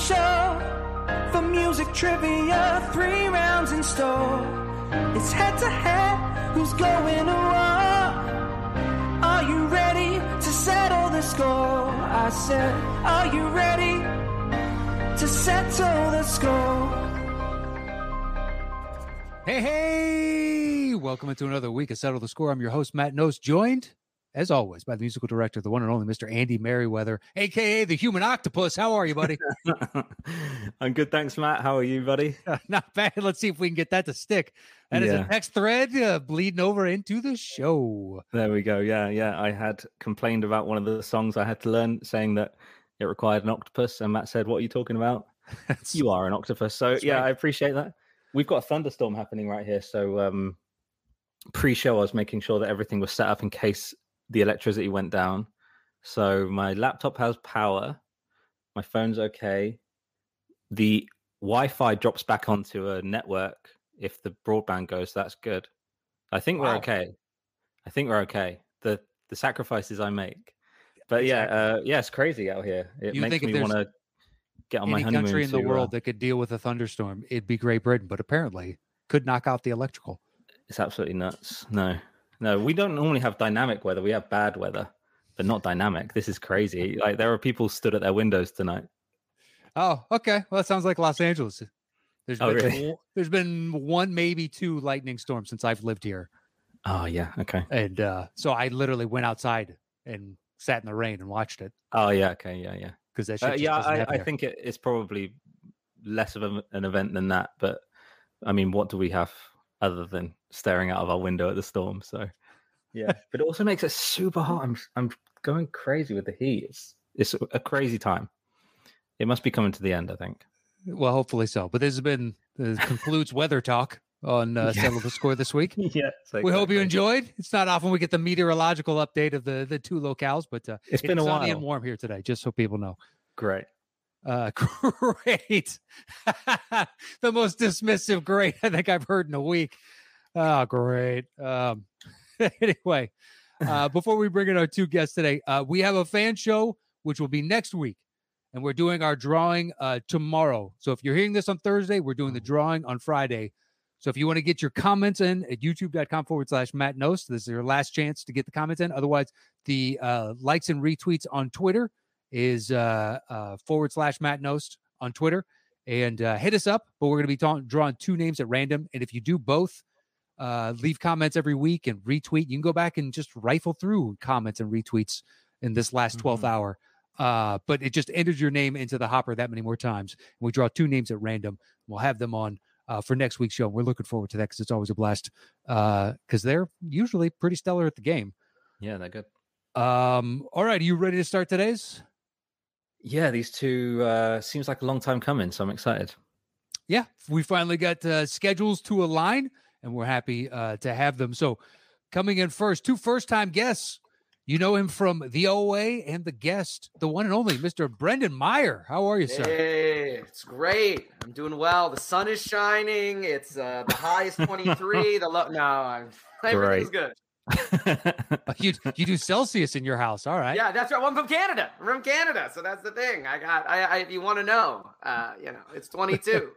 show for music trivia. Three rounds in store. It's head to head. Who's going to war? Are you ready to settle the score? I said, Are you ready to settle the score? Hey, hey! Welcome into another week of Settle the Score. I'm your host, Matt Nose, joined, as always, by the musical director, the one and only Mr. Andy Merriweather, aka the Human Octopus. How are you, buddy? I'm good, thanks, Matt. How are you, buddy? Not bad. Let's see if we can get that to stick. That is Yeah. a text thread uh, bleeding over into the show. There we go. Yeah, yeah. I had complained about one of the songs I had to learn, saying that it required an octopus, and Matt said, "What are you talking about? You are an octopus." So That's yeah, right. I appreciate that. We've got a thunderstorm happening right here, so um, pre-show I was making sure that everything was set up in case the electricity went down. So my laptop has power, my phone's okay. The Wi-Fi drops back onto a network if the broadband goes. That's good. I think we're Wow. okay. I think we're okay. The the sacrifices I make, but yeah, uh, yeah, it's crazy out here. It You makes think if me there's want to get on my Any honeymoon. country in the to, uh, world that could deal with a thunderstorm, it'd be Great Britain, but apparently could knock out the electrical. It's absolutely nuts. No, no, we don't normally have dynamic weather. We have bad weather, but not dynamic. This is crazy. Like there are people stood at their windows tonight. Oh, okay. Well, that sounds like Los Angeles. There's Oh, been really? o- there's been one, maybe two lightning storms since I've lived here. Oh yeah. Okay. And uh, so I literally went outside and sat in the rain and watched it Oh yeah. Okay. Yeah. Yeah. because that shit Uh, just yeah. doesn't I, happen I there. think it, it's probably less of a, an event than that. But I mean, what do we have other than staring out of our window at the storm? So yeah. but it also makes it super hot. I'm I'm going crazy with the heat. It's it's a crazy time. It must be coming to the end. I think. Well, hopefully so. But this has been this concludes weather talk on uh, Yeah. Settle the Score this week. yeah. We hope you enjoy. enjoyed. It's not often we get the meteorological update of the the two locales, but uh, It's been a sunny while. and warm here today. Just so people know. Great. Uh, great. the most dismissive great I think I've heard in a week. Oh, great. Um, anyway, uh, before we bring in our two guests today, uh, we have a fan show, which will be next week. And we're doing our drawing uh, tomorrow. So if you're hearing this on Thursday, we're doing the drawing on Friday. So if you want to get your comments in at youtube.com forward slash Matt Nost, this is your last chance to get the comments in. Otherwise, the uh, likes and retweets on Twitter is uh, uh, forward slash Matt Nost on Twitter. And uh, hit us up, but we're going to be ta- drawing two names at random. And if you do both, uh, leave comments every week and retweet. You can go back and just rifle through comments and retweets in this last 12th Mhm. hour. Uh, but it just enters your name into the hopper that many more times. And we draw two names at random. We'll have them on uh, for next week's show. We're looking forward to that because it's always a blast because they're usually pretty stellar at the game. Yeah, they're good. Um, all right, are you ready to start today's? Yeah, these two uh seems like a long time coming, so I'm excited. Yeah, we finally got uh, schedules to align, and we're happy uh, to have them. So, coming in first, two first-time guests. You know him from the OA and the guest, the one and only Mr. Brendan Meyer. How are you, sir? Hey, it's great. I'm doing well. The sun is shining. It's uh, the high is 23. the low, no, I'm, everything's good. Uh, You you do Celsius in your house, all right? Yeah, that's right. Well, I'm from Canada. I'm from Canada, so that's the thing. I got. I, I if you want to know, uh, you know, it's 22.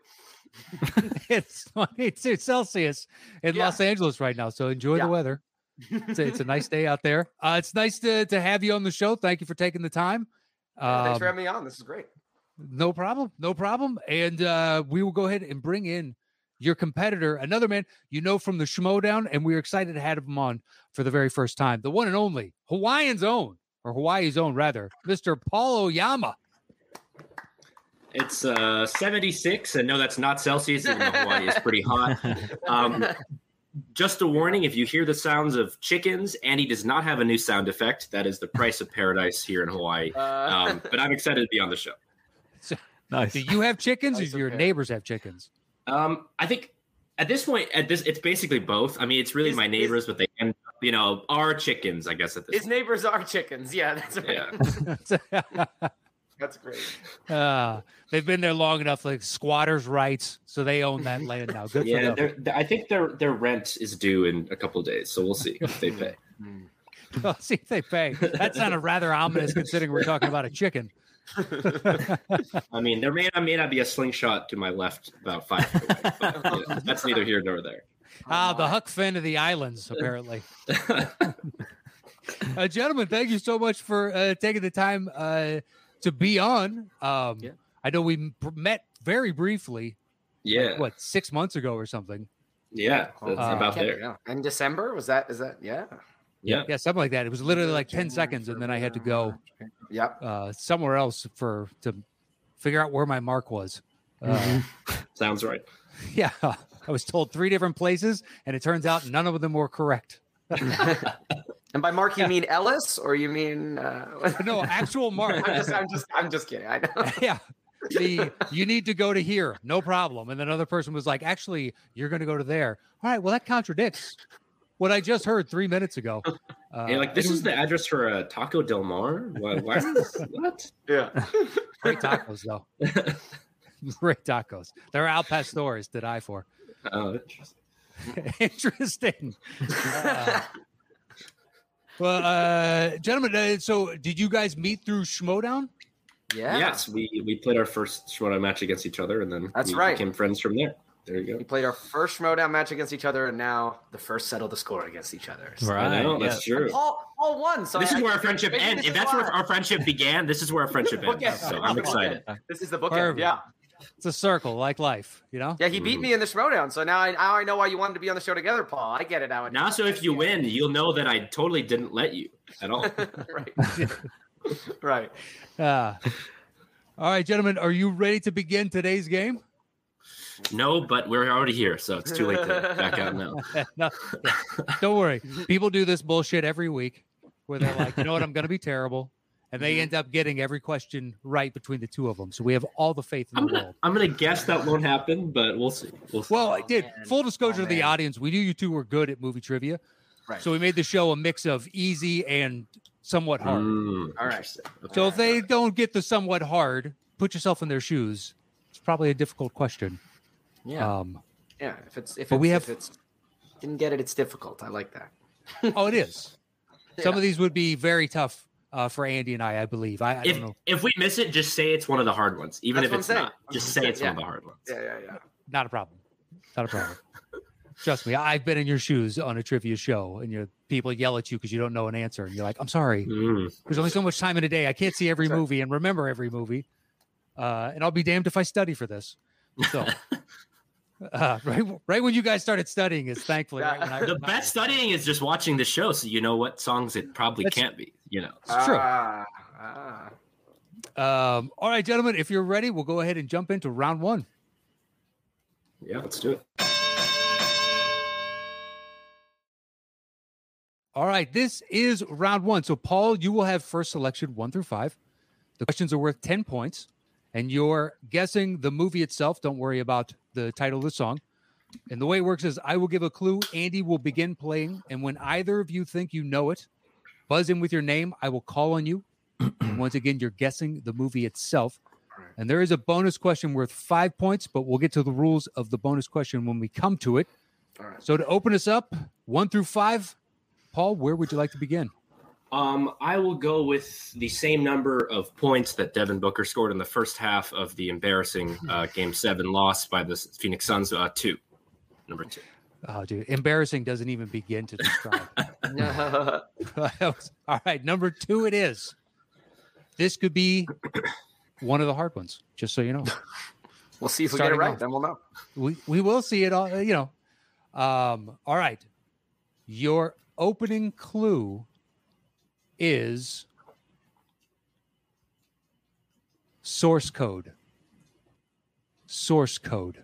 it's 22 Celsius in Yeah. Los Angeles right now, so enjoy Yeah. the weather. It's a, it's a nice day out there. Uh, it's nice to to have you on the show. Thank you for taking the time. Thanks for Um, having me on. This is great. No problem. No problem. And uh, we will go ahead and bring in your competitor, another man you know from the Schmodown, and we're excited to have him on for the very first time. The one and only Hawaiian's own, or Hawaii's own rather, Mr. Paul Oyama. It's uh, 76, and no, that's not Celsius. Even though Hawaii is pretty hot. Um, just a warning: if you hear the sounds of chickens, Andy does not have a new sound effect. That is the price of paradise here in Hawaii. Uh, Um, but I'm excited to be on the show. nice. Do you have chickens, or Nice do your affair. neighbors have chickens? Um, I think at this point, at this, it's basically both. I mean, it's really Is- my is- neighbors, but they end up, you know, are chickens, I guess. At this, his neighbors are chickens. Yeah, that's right. Yeah. that's great. uh, they've been there long enough, like squatters' rights, so they own that land now. Good for yeah, them. they're, they're- I think their their rent is due in a couple of days, so we'll see if they pay. Well, see if they pay. That sounded rather ominous considering we're talking about a chicken. I mean, there may or may not be a slingshot to my left about five feet away. But, yeah, that's neither here nor there. Ah, the Huck Finn of the islands, apparently. uh, gentlemen, thank you so much for uh, taking the time uh, to be on. Um, Yeah. I know we m- met very briefly, Yeah, what six months ago or something. yeah, that's Uh, about Okay, there. yeah. In December was that? Is that? Yeah. Yeah, Yeah, something like that. It was literally like ten seconds, and then I had to go Yep. uh, somewhere else for to figure out where my mark was. Uh, sounds right. yeah, I was told three different places, and it turns out none of them were correct. And by Mark, you mean Ellis, or you mean? Uh, No, actual mark. I'm just, I'm just, I'm just kidding. I know. yeah. The you need to go to here, no problem. And then another person was like, actually, you're going to go to there. All right. Well, that contradicts what I just heard three minutes ago. Uh, Yeah, like this it is the address for uh, Taco Del Mar. Why? why is this- what? Yeah. great tacos though. great tacos. They're al pastores that I for Oh, interesting. interesting. Uh, well, uh, gentlemen, uh, so did you guys meet through Schmodown? Yeah. Yes, we we played our first Shimoda match against each other, and then That's we right. became friends from there. There you We go. played our first Schmodown match against each other, and now the first settle the score against each other. So- I know, that's true. Paul, Paul won. So this I- is where I- our friendship maybe ends. this If is that's why. where our friendship began, this is where our friendship ends. Bookend. So I'm Bookend. excited. This is the book. Perfect. Yeah. It's a circle like life, you know? Yeah, he beat Mhm. me in the Schmodown, so now I, now I know why you wanted to be on the show together, Paul. I get it now. Now, so if you win, you'll know that I totally didn't let you at all. right. right. Uh, all right, gentlemen, are you ready to begin today's game? no, but we're already here, so it's too late to back out now. no, yeah. don't worry. People do this bullshit every week where they're like, you know what, I'm going to be terrible. And Mm-hmm. they end up getting every question right between the two of them. So we have all the faith in I'm the gonna, world. I'm gonna guess that won't happen, but we'll see. We'll see. Well, Oh, I did. man. Full disclosure Oh, to the man. audience, we knew you two were good at movie trivia. Right. So we made the show a mix of easy and somewhat hard. Mm, All right. interesting. Okay. So if they don't get the somewhat hard, put yourself in their shoes. It's probably a difficult question. Yeah. Um, yeah. If it's if but it's, we if have- it's didn't get it, it's difficult. I like that. oh, it is. Some Yeah. of these would be very tough uh, for Andy and I, I believe. I, I if don't know. if we miss it, just say it's one of the hard ones, even That's if what I'm it's saying. not. Just say it's one Yeah. of the hard ones. Yeah, yeah, yeah. not a problem. Not a problem. Trust me, I've been in your shoes on a trivia show, and your people yell at you because you don't know an answer, and you're like, "I'm sorry, Mm. there's only so much time in a day. I can't see every Sorry. movie and remember every movie, uh, and I'll be damned if I study for this." So, uh, right, right when you guys started studying is thankfully right when I, Mm. The best studying is just watching the show, so you know what songs it probably That's- can't be. You know, It's true. Ah, ah. Um, all right, gentlemen, if you're ready, we'll go ahead and jump into round one. yeah, let's do it. All right, this is round one. So, Paul, you will have first selection one through five. The questions are worth 10 points, and you're guessing the movie itself. Don't worry about the title of the song. And the way it works is I will give a clue, Andy will begin playing. And when either of you think you know it, buzz in with your name. I will call on you. And once again, you're guessing the movie itself. And there is a bonus question worth five points, but we'll get to the rules of the bonus question when we come to it. All right. So to open us up, one through five, Paul, where would you like to begin? Um, I will go with the same number of points that Devin Booker scored in the first half of the embarrassing uh, Game Seven loss by the Phoenix Suns. Uh, two, number two. Oh, dude, embarrassing doesn't even begin to describe. All right, number two, it is. This could be one of the hard ones. Just so you know, we'll see if we get Starting it right. off. Then we'll know. we we will see it all. You know, um, all right. Your opening clue is source code. Source code.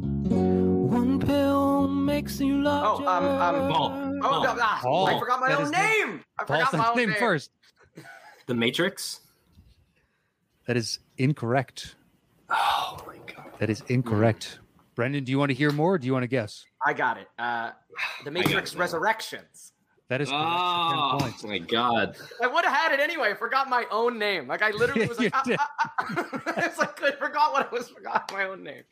One pill makes you larger. um, um, Ball. Oh, Ball. no, ah, Paul. I forgot my That own is name. name. I Paul's forgot my own name name, first. The Matrix. That is incorrect. Oh my god. That is incorrect. Brendan, do you want to hear more? Or do you want to guess? I got it. Uh, the Matrix it. Resurrections. That is correct for 10 Oh points. my god! I would have had it anyway. I forgot my own name. Like I literally was You like, ah, did. ah, ah. it's like I forgot what I was. Forgot my own name.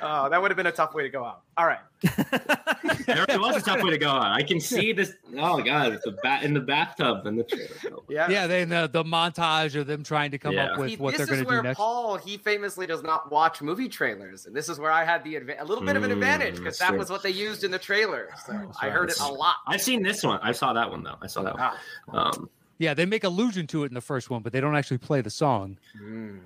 Oh, that would have been a tough way to go out. All right. There it was a tough way to go out. I can see this. Oh god, the bat in the bathtub and the trailer. Yeah. Yeah, they the, the montage of them trying to come up Yeah. with He- what they're this going is to do where next. Paul he famously does not watch movie trailers, and this is where I had the adva- a little bit of an Hmm, Mm, advantage because that's that true. was what they used in the trailer. So I right. heard it a lot. I've seen this one. I saw that one though. I saw that one. Ah. Um, yeah, they make allusion to it in the first one, but they don't actually play the song. hmm.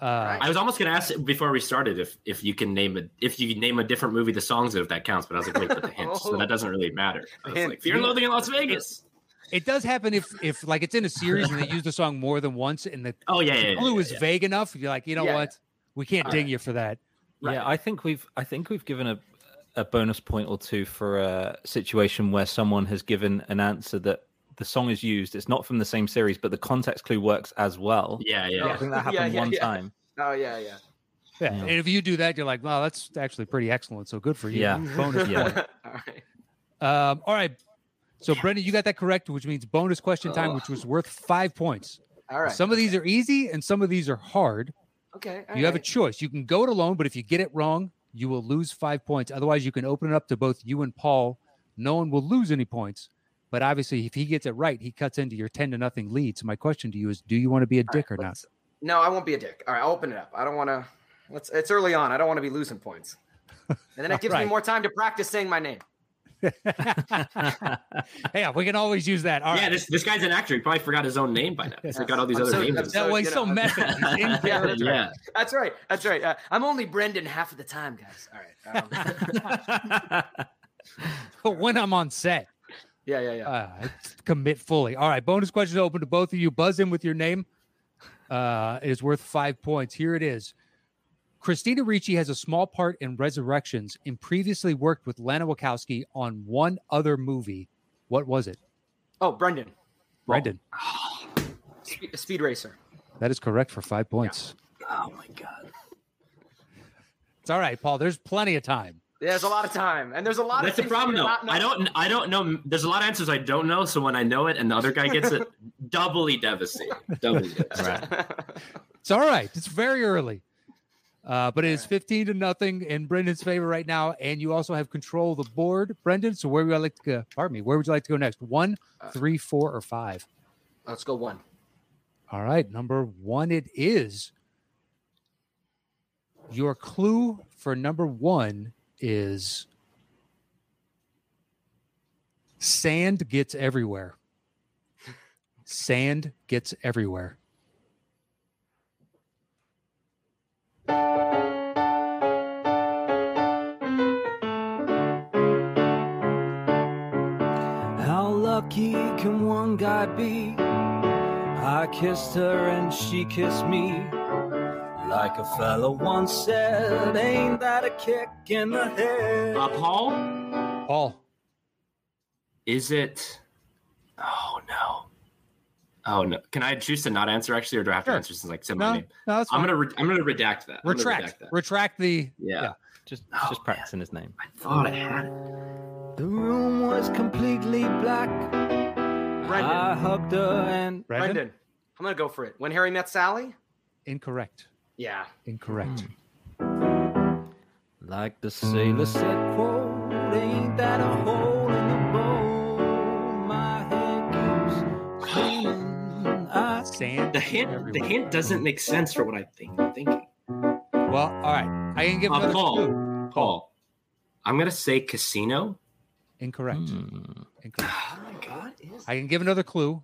Uh, Right. I was almost gonna ask before we started if if you can name a if you name a different movie the songs if that counts, but I was like, wait, but the hint, so that doesn't really matter. I was like, Hint. Fear and Loathing in Las Vegas. It does happen if if like it's in a series and they use the song more than once, and the Oh yeah, yeah, yeah, clue yeah, is yeah. vague enough. You're like, you know Yeah, what? We can't All ding right. you for that. Right. Yeah, I think we've I think we've given a a bonus point or two for a situation where someone has given an answer that the song is used. It's not from the same series, but the context clue works as well. Yeah, yeah. I think that Yeah, happened yeah, one yeah. time. Oh yeah, yeah. Yeah. Yeah. And if you do that, you're like, wow, that's actually pretty excellent. So good for you. Yeah. Bonus Yeah. point. All right. Um, all right. So Brendan, you got that correct, which means bonus question time, Oh. which was worth five points. All right. Some of these are easy and some of these are hard. okay. you have a choice. You can go it alone, but if you get it wrong, you will lose five points. Otherwise, you can open it up to both you and Paul. No one will lose any points. But obviously, if he gets it right, he cuts into your ten to nothing lead. So my question to you is: Do you want to be a dick or not? No, I won't be a dick. All right, I'll open it up. I don't want to. Let's. It's early on. I don't want to be losing points. And then it gives Alright. me more time to practice saying my name. yeah, we can always use that. All right. Yeah, this this guy's an actor. He probably forgot his own name by now. He's got all these I'm other so- names. that so, way, you he's so know, method. He's in Yeah, character. that's right. yeah. That's right. That's right. Uh, I'm only Brendan half of the time, guys. All right. Um, when I'm on set, yeah, yeah, yeah. uh, I commit fully. All right, bonus question open to both of you. Buzz in with your name. Uh, it is worth five points. Here it is. Christina Ricci has a small part in Resurrections and previously worked with Lana Wachowski on one other movie. What was it? Oh, Brendan, Brendan, Spe- Speed Racer. that is correct for five points. Oh my god. It's all right, Paul. There's plenty of time. There's a lot of time, and there's a lot. That's of the things problem we do though. not know. I don't I don't know there's a lot of answers I don't know, so when I know it and the other guy gets it, doubly devastating. Doubly devastating. It's all right. It's very early. Uh, but it is 15 to nothing in Brendan's favor right now. And you also have control of the board, Brendan. So where would I like to go? Pardon me. Where would you like to go next? One, Uh, three, four, or five? Let's go one. All right. Number one, it is. Your clue for number one is sand gets everywhere. Sand gets everywhere. How lucky can one guy be? I kissed her and she kissed me. Like a fella once said, ain't that a kick in the head? Uh, Paul, Paul. is it Oh no. Oh no. Can I choose to not answer actually or do I have to Sure. answer since like said my No, no, name? that's I'm fine. gonna re- I'm gonna redact that. I'm gonna retract. redact that. Retract the Yeah. yeah. Just, Oh, just practicing his name. I thought I had it. The room was completely black. Brendan. I hugged her and Ah. Brendan? Brendan, I'm gonna go for it. When Harry met Sally. Incorrect. Yeah. Hmm. Incorrect. like the sailor said, quote, ain't that a hole in the boat? My head keeps spinning. I Sand. The hint the everywhere. hint doesn't make sense for what I think I'm thinking. Well, all right. I can give Uh, another Paul. clue. Paul. I'm gonna say casino. Incorrect. Incorrect. Oh my god. I can give another clue,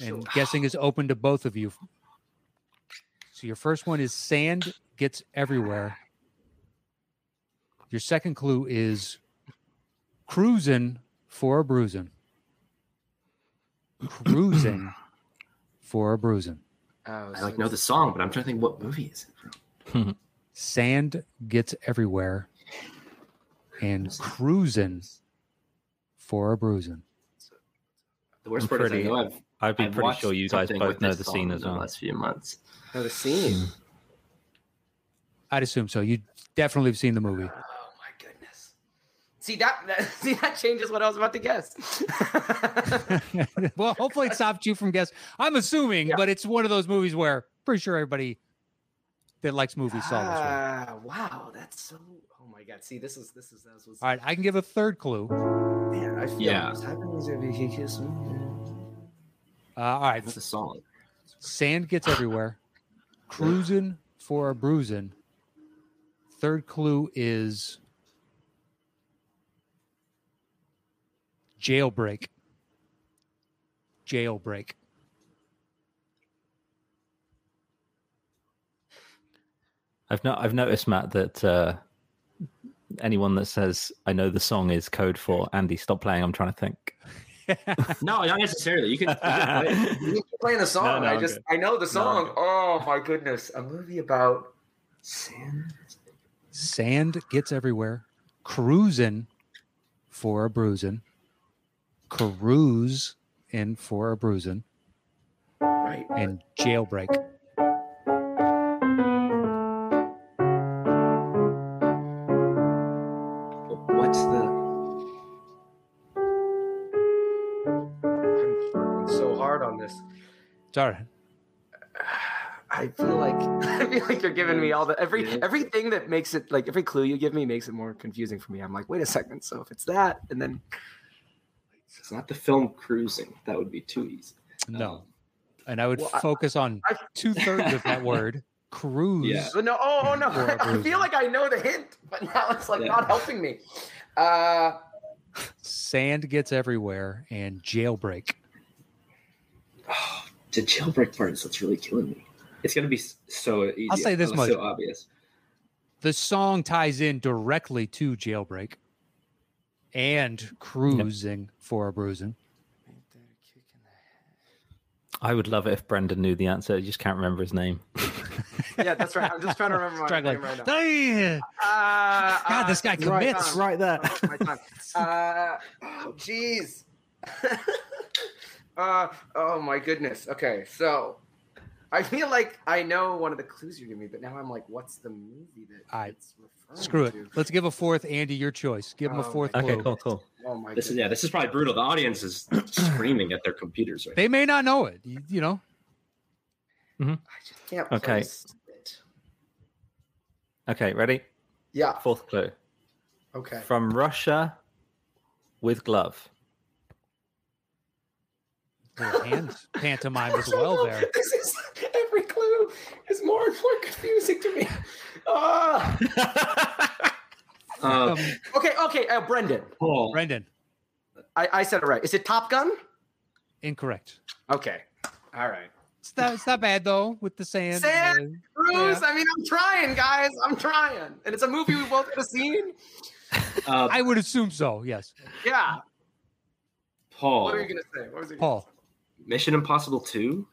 and guessing is open to both of you. So your first one is sand gets everywhere. Your second clue is cruising for a bruising. Cruising for a bruising. Oh, I so like know the song, but I'm trying to think what movie is it from. Sand gets everywhere and cruising for a bruising. The worst I'm part pretty- is I know I've, I'd be I've pretty watched sure you guys something both with know this the song scene as in the well. last few months. know the scene. I'd assume so. You definitely have seen the movie. Oh my goodness. See that, that see that changes what I was about to guess. well, hopefully it stopped you from guessing. I'm assuming, Yeah. but it's one of those movies where pretty sure everybody that likes movies saw this one. Ah, wow, that's so. Oh my god! See, this is this is that was. All right, I can give a third clue. Uh, Man, I feel Yeah. what's happening is if you kiss me. Uh, all right, That's a song. sand gets everywhere. Cruising for a bruising. Third clue is jailbreak. Jailbreak. I've not. I've noticed, Matt, that uh, anyone that says I know the song is code for Andy, stop playing. I'm trying to think. No, not necessarily. You can. You can play it. You keep playing the song. no, I I'm just good. I know the No, I'm song. oh my goodness, a movie about sin. Sand gets everywhere. Cruising for a bruising. Cruise in for a bruising. Right. And jailbreak. What's the? I'm working so hard on this. Sorry. I feel like I feel like you're giving me all the every Yeah. everything that makes it like every clue you give me makes it more confusing for me. I'm like, wait a second. So if it's that, and then It's not the film Cruising. That would be too easy. No. Um, And I would Well, I- focus on I- two thirds of that word. Cruise. Yeah. So no, oh, oh, no, Laura I Bruiser. feel like I know the hint, but now it's like Yeah. not helping me. Uh, Sand gets everywhere. And jailbreak. Oh, the jailbreak part is what's really killing me. It's gonna be s- so easy. I'll say this It's So much. obvious. The song ties in directly to jailbreak and cruising for a bruising. I would love it if Brendan knew the answer. I just can't remember his name. yeah, that's right. I'm just trying to remember my Struggling. name right now. Dang. Uh, God, uh, this guy it's right commits. on. Right there. Oh, my God. Uh, oh, jeez. uh, oh my goodness. Okay, so I feel like I know one of the clues you give me, but now I'm like, what's the movie that All right. it's referring Screw it. to? Let's give a fourth, Andy, your choice. Give him a Oh, fourth my clue. Okay, cool, cool. Oh my This is goodness. yeah. This is probably brutal. The audience is screaming at their computers right. They may not know it. You, you know, I just can't Okay. place it. Okay, ready? Yeah. Fourth clue. Okay. From Russia with glove. little hand pantomime as well there. This is every clue is more and more confusing to me. Ah. now. Um, Um, okay, okay, uh, Brendan. Paul, Brendan, I, I said it right. Is it Top Gun? incorrect. Okay. All right. It's not, it's not bad though with the sand. Sand? Bruce, Yeah. I mean, I'm trying, guys. I'm trying. And it's a movie we both could have seen. uh, I would assume so. Yes, Yeah. Paul, What are you going to say? What was it? Paul, Mission Impossible Two.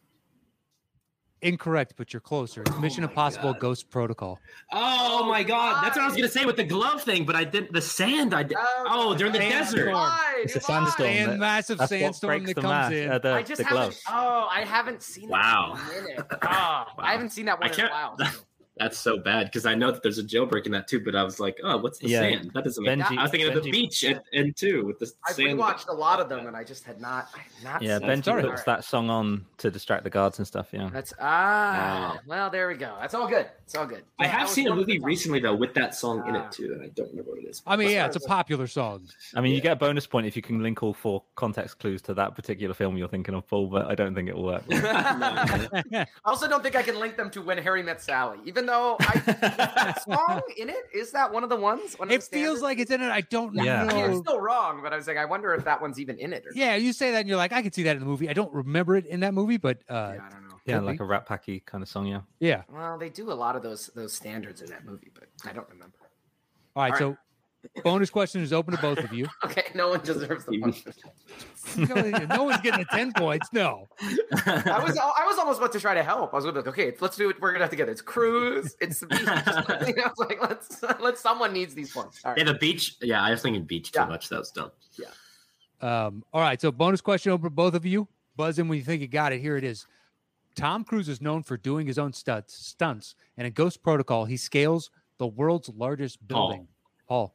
incorrect, but you're closer. It's Oh Mission my Impossible: God. Ghost Protocol. Oh my God! That's what I was gonna say with the glove thing, but I didn't. The sand. I did. Oh, they're in the you desert. lied, It's you a sandstorm. lied. And that- massive That's what sandstorm breaks that the, comes mask, in. uh, the, I just the haven't. glove. Oh, I haven't seen that Wow. in a minute. Oh, I haven't seen that one I in a can't- while. That's so bad because I know that there's a jailbreak in that too, but I was like, oh, what's the Yeah. sand? That doesn't make Benji- I was thinking of the Benji- beach and, and too with the I've sand. rewatched a lot of them, and I just had not. I had not Yeah, seen Benji them. sorry. puts that song on to distract the guards and stuff. Yeah. That's ah. Wow. Well, there we go. That's all good. It's all good. I Yeah, that have was seen a one of the movie top- recently though with that song in Ah. it too, and I don't remember what it is. I mean, But- yeah, it's a popular song. I mean, you Yeah. get a bonus point if you can link all four context clues to that particular film you're thinking of, Paul, but I don't think it'll work. I also don't think I can link them to When Harry Met Sally, even though I, is that song in it is that one of the ones. One of It the feels standards? like it's in it. I don't Yeah. I mean, it's know. still wrong, but I was like, I wonder if that one's even in it. Or Yeah, you say that, and you're like, I can see that in the movie. I don't remember it in that movie, but uh, Yeah, I don't know. yeah, Could like be. a Rat Packy kind of song. Yeah. yeah. Well, they do a lot of those those standards in that movie, but I don't remember. All right, All so bonus question is open to both of you. Okay, no one deserves the punch. no, no one's getting the ten points. No. uh, I was I was almost about to try to help. I was gonna be like, okay, let's do it. We're gonna have to get it. It's cruise. It's the beach. you know, I was like, let's let someone needs these points. All Yeah, right. the beach. Yeah, I was thinking beach too Yeah. much. That was dumb. Um, all right, so bonus question over both of you. Buzz in when you think you got it. Here it is. Tom Cruise is known for doing his own stunts, stunts, and in Ghost Protocol, he scales the world's largest Paul. building. Paul,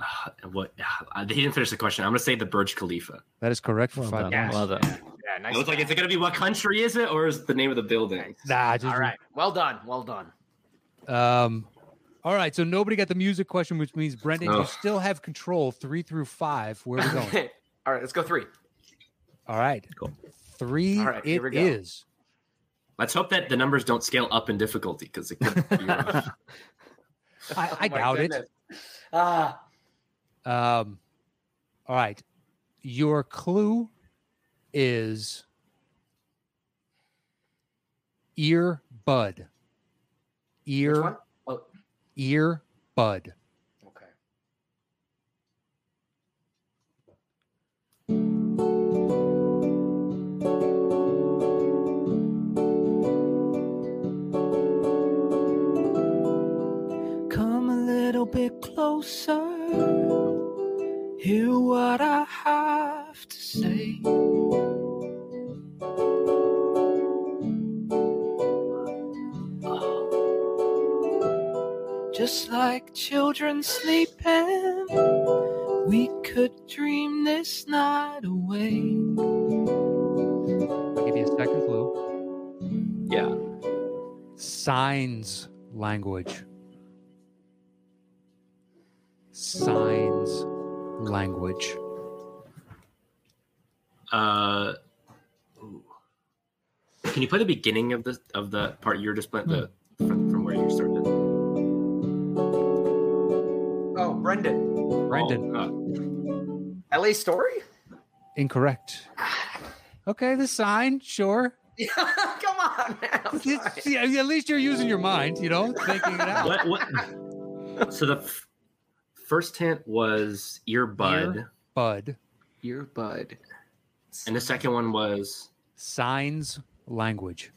uh, what uh, he didn't finish the question. I'm gonna say the Burj Khalifa. That is correct for Well five. done. points. Yes. Well done. Yeah, nice. I was like, job. is it gonna be what country is it, or is the name of the building? Nah, just All right. Well done. Well done. Um, all right, so nobody got the music question, which means Brendan, you Ugh. still have control three through five. Where are we going? Okay. All right. Let's go three. All right, Cool. three. All right, here we it go. is. Let's hope that the numbers don't scale up in difficulty because it could be rough. Oh I, I doubt it. Ah, Um, all right, your clue is ear bud. which Ear one? Oh, ear bud. okay. Come a little bit closer. Hear what I have to say. Just like children sleeping, we could dream this night away. I'll give you a second clue. yeah. Signs language. Signs language. Uh, ooh. can you play the beginning of the of the part you were just playing the Hmm. from, from where you started? Oh, Brendan. Brendan, Oh, uh, L.A. Story? Oh. incorrect. Okay, the sign, sure. Yeah, Come on, man. I'm At least- sorry. see, at least you're using your mind, you know, thinking it out. what, what? So the f- first hint was earbud, Ear. Bud, Your bud. and the second one was signs language.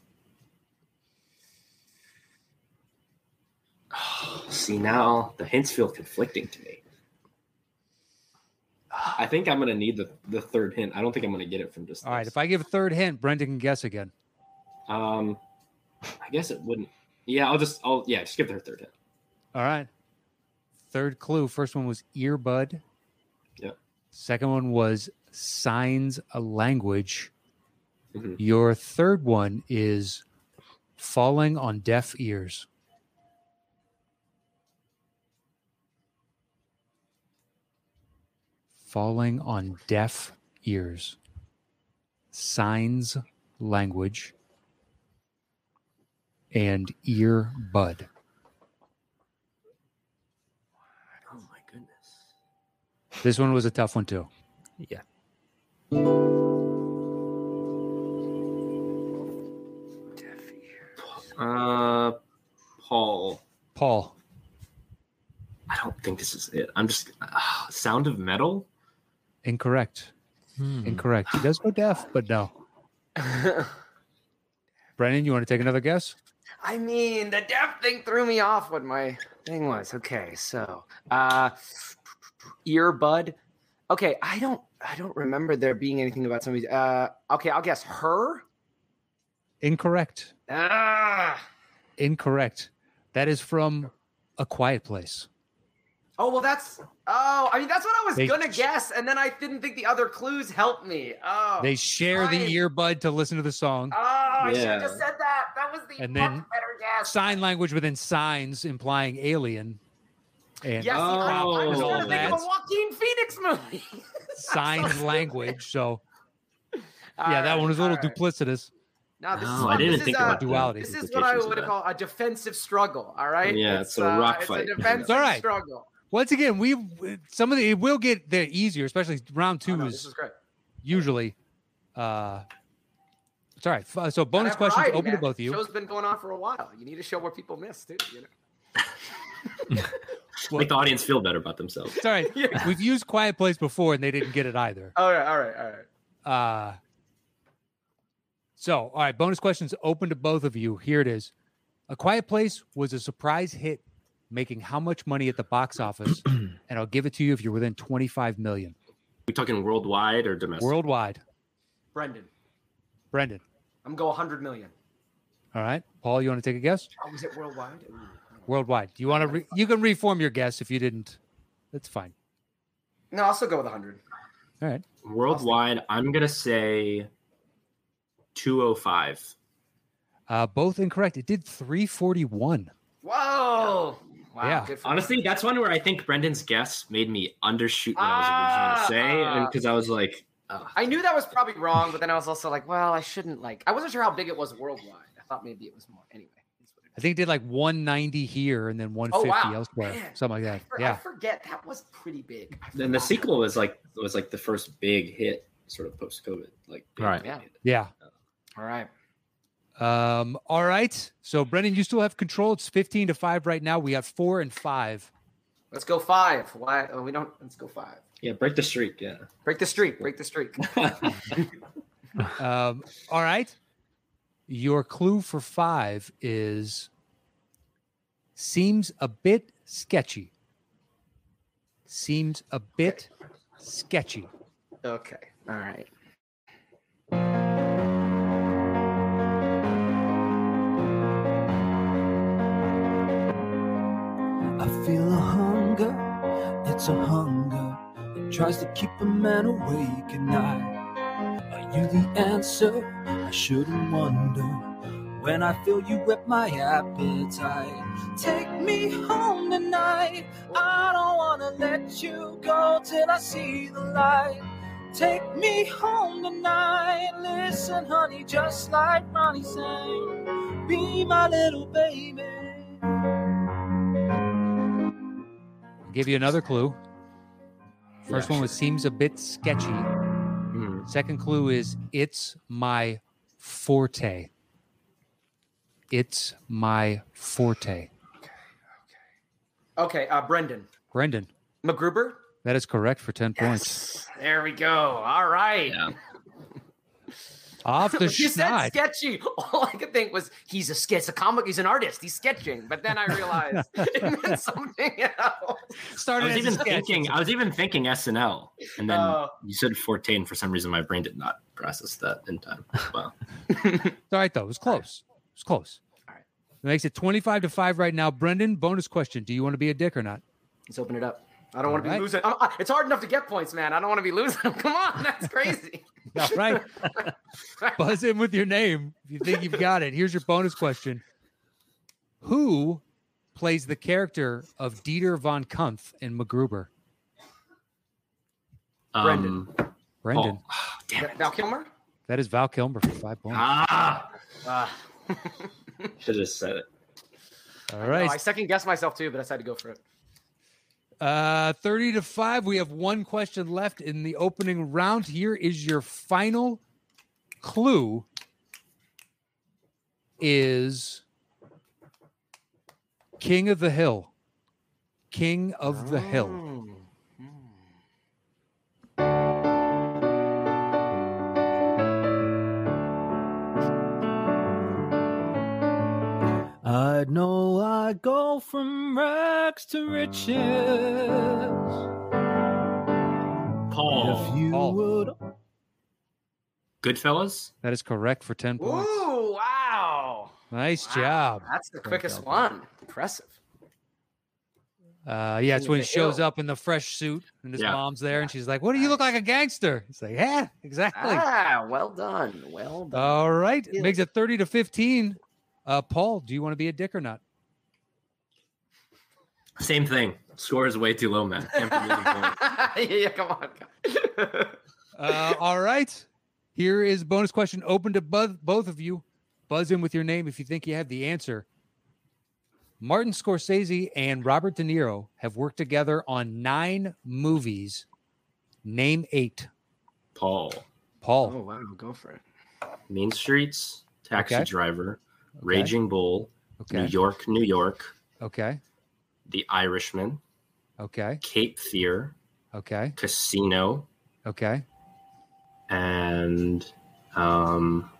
see now the hints feel conflicting to me. I think I'm gonna need the, the third hint. I don't think I'm gonna get it from just. All right, if I give a third hint, Brendan can guess again. um, I guess it wouldn't. Yeah, I'll just. I'll yeah, just give her a third hint. All right. Third clue. First one was earbud. Yep. Second one was signs a language. Mhm. Your third one is falling on deaf ears. Falling on deaf ears. Signs language and ear bud. Oh my goodness. This one was a tough one too. Yeah. Uh, Paul. Paul, I don't think this is it. I'm just uh, sound of metal. incorrect. Incorrect. He does go deaf, but no. Brennan, you want to take another guess? I mean, the deaf thing threw me off what my thing was. Okay, so uh earbud. Okay, I don't I don't remember there being anything about somebody. Uh okay, I'll guess her. Incorrect. Ah. Incorrect. That is from A Quiet Place. Oh well that's oh I mean that's what I was They- gonna guess, and then I didn't think the other clues helped me. Oh They share the right. earbud to listen to the song. Oh, I should Yeah. have just said that. That was the And much then- better guess. Sign language within signs implying alien. And Yes, I, I was Oh. gonna think of That's- a Joaquin Phoenix movie. signs language. So yeah, that one was a little duplicate. duplicitous. No, this is No, I what- didn't this is think a- about that. Duality This is what I implications of would that. call a defensive struggle. All right. Yeah, it's a rock it's fight. A defensive All right. struggle. Once again, we some of the it will get there easier, especially round two Oh, no, is this is great. usually. Uh, it's all right. F- uh, So bonus Gotta have questions variety, open to man. both of you. Show's been going on for a while. You need a show where people miss too. You know? What- Make the audience feel better about themselves. It's all right. We've used Quiet Place before and they didn't get it either. All right. All right. All right. Uh, so, all right, bonus questions open to both of you. Here it is. A Quiet Place was a surprise hit, making how much money at the box office? and I'll give it to you if you're within 25 million We talking worldwide or domestic? worldwide. Brendan, Brendan. I'm going 100 million. All right, Paul, you want to take a guess? Oh, is it worldwide? Ooh. Worldwide. Do you want to? Re- you can reform your guess if you didn't. That's fine. No, I'll still go with 100. All right. Worldwide, I'm gonna say 205. Uh, both incorrect. It did 341. Whoa! Wow, Yeah. good for Honestly, that's one where I think Brendan's guess made me undershoot what I was originally gonna say Ah. because I was like, oh, I knew that was probably wrong, but then I was also like, well, I shouldn't like. I wasn't sure how big it was worldwide. I thought maybe it was more. Anyway, it's what I it is. think it did like 190 here and then 150 Oh, wow. elsewhere, Man. something like that. I, for- I yeah. forget that was pretty big. I then the forgot. sequel was like was like the first big hit, sort of post COVID, like big Right. Yeah. hit. Yeah. All right. Um, all right. So Brendan, you still have control. It's 15 to 5 right now. We got 4 and 5. Let's go five. Why? Oh, we don't. Let's go five. yeah, break the streak. Yeah, Break the streak. Break the streak. Um, all right. Your clue for 5 is seems a bit sketchy. Seems a bit sketchy. Okay. Uh, All right. I feel a hunger, it's a hunger that tries to keep a man awake at night. Are you the answer? I shouldn't wonder when I feel you whet my appetite. Take me home tonight. I don't wanna let you go till I see the light. Take me home tonight. Listen, honey, just like Ronnie sang, be my little baby. I'll give you another clue. First one was seems a bit sketchy. Hmm. Second clue is it's my forte. It's my forte. Okay. Uh, Brendan Brendan, MacGruber. that is correct for 10 points. Yes. There we go. All right. Yeah. Off the When you said schneid. sketchy. All I could think was he's a sketch, a comic. He's an artist. He's sketching. But then I realized it meant something else. I Started was as a even sketch. thinking. I was even thinking SNL, and then Oh. you said 14. For some reason, my brain did not process that in time. Wow. It's all right, though. It was close. It was close. All All right. right. It makes it 25 to 5 right now. Brendan, bonus question. Do you want to be a dick or not? Let's open it up. I don't want to be Alright. losing. I'm, I, it's hard enough to get points, man. I don't want to be losing. them. Come on, that's crazy. All right. Buzz in with your name if you think you've got it. Here's your bonus question Who plays the character of Dieter von Kumpf in MacGruber? Um, Brendan. oh, damn it. Val Kilmer. That is Val Kilmer for five points. Ah, Uh, should have just said it. All no, right. I second guessed myself too, but I decided to go for it. Uh, 30 to 5. We have one question left in the opening round. Here is your final clue is King of the Hill. King of the Oh. Hill. I know I go from rags to riches. if Paul, you Paul. would, Goodfellas. That is correct for 10 points. Ooh, wow. Nice Wow, job. That's the quickest job. one. Impressive. Uh, yeah, it's King when he of the shows Hill. up in the fresh suit and his Yeah. mom's there and she's like, What do you look like a gangster? He's like, Yeah, exactly. Ah, well done. Well done. All right. Yeah. Makes it 30 to 15. Uh, Paul, do you want to be a dick or not? Same thing. Score is way too low, man. Can't be losing yeah, come points. on. Uh, all right. Here is bonus question open to buzz, both of you. Buzz in with your name if you think you have the answer. Martin Scorsese and Robert De Niro have worked together on nine movies. Name eight. Paul, Oh, Paul, Oh, wow, go for it. Mean Streets, Taxi Okay. Driver, Raging Bull, New okay, York, New York, okay, The Irishman, okay, Cape Fear, okay, Casino, okay. and um,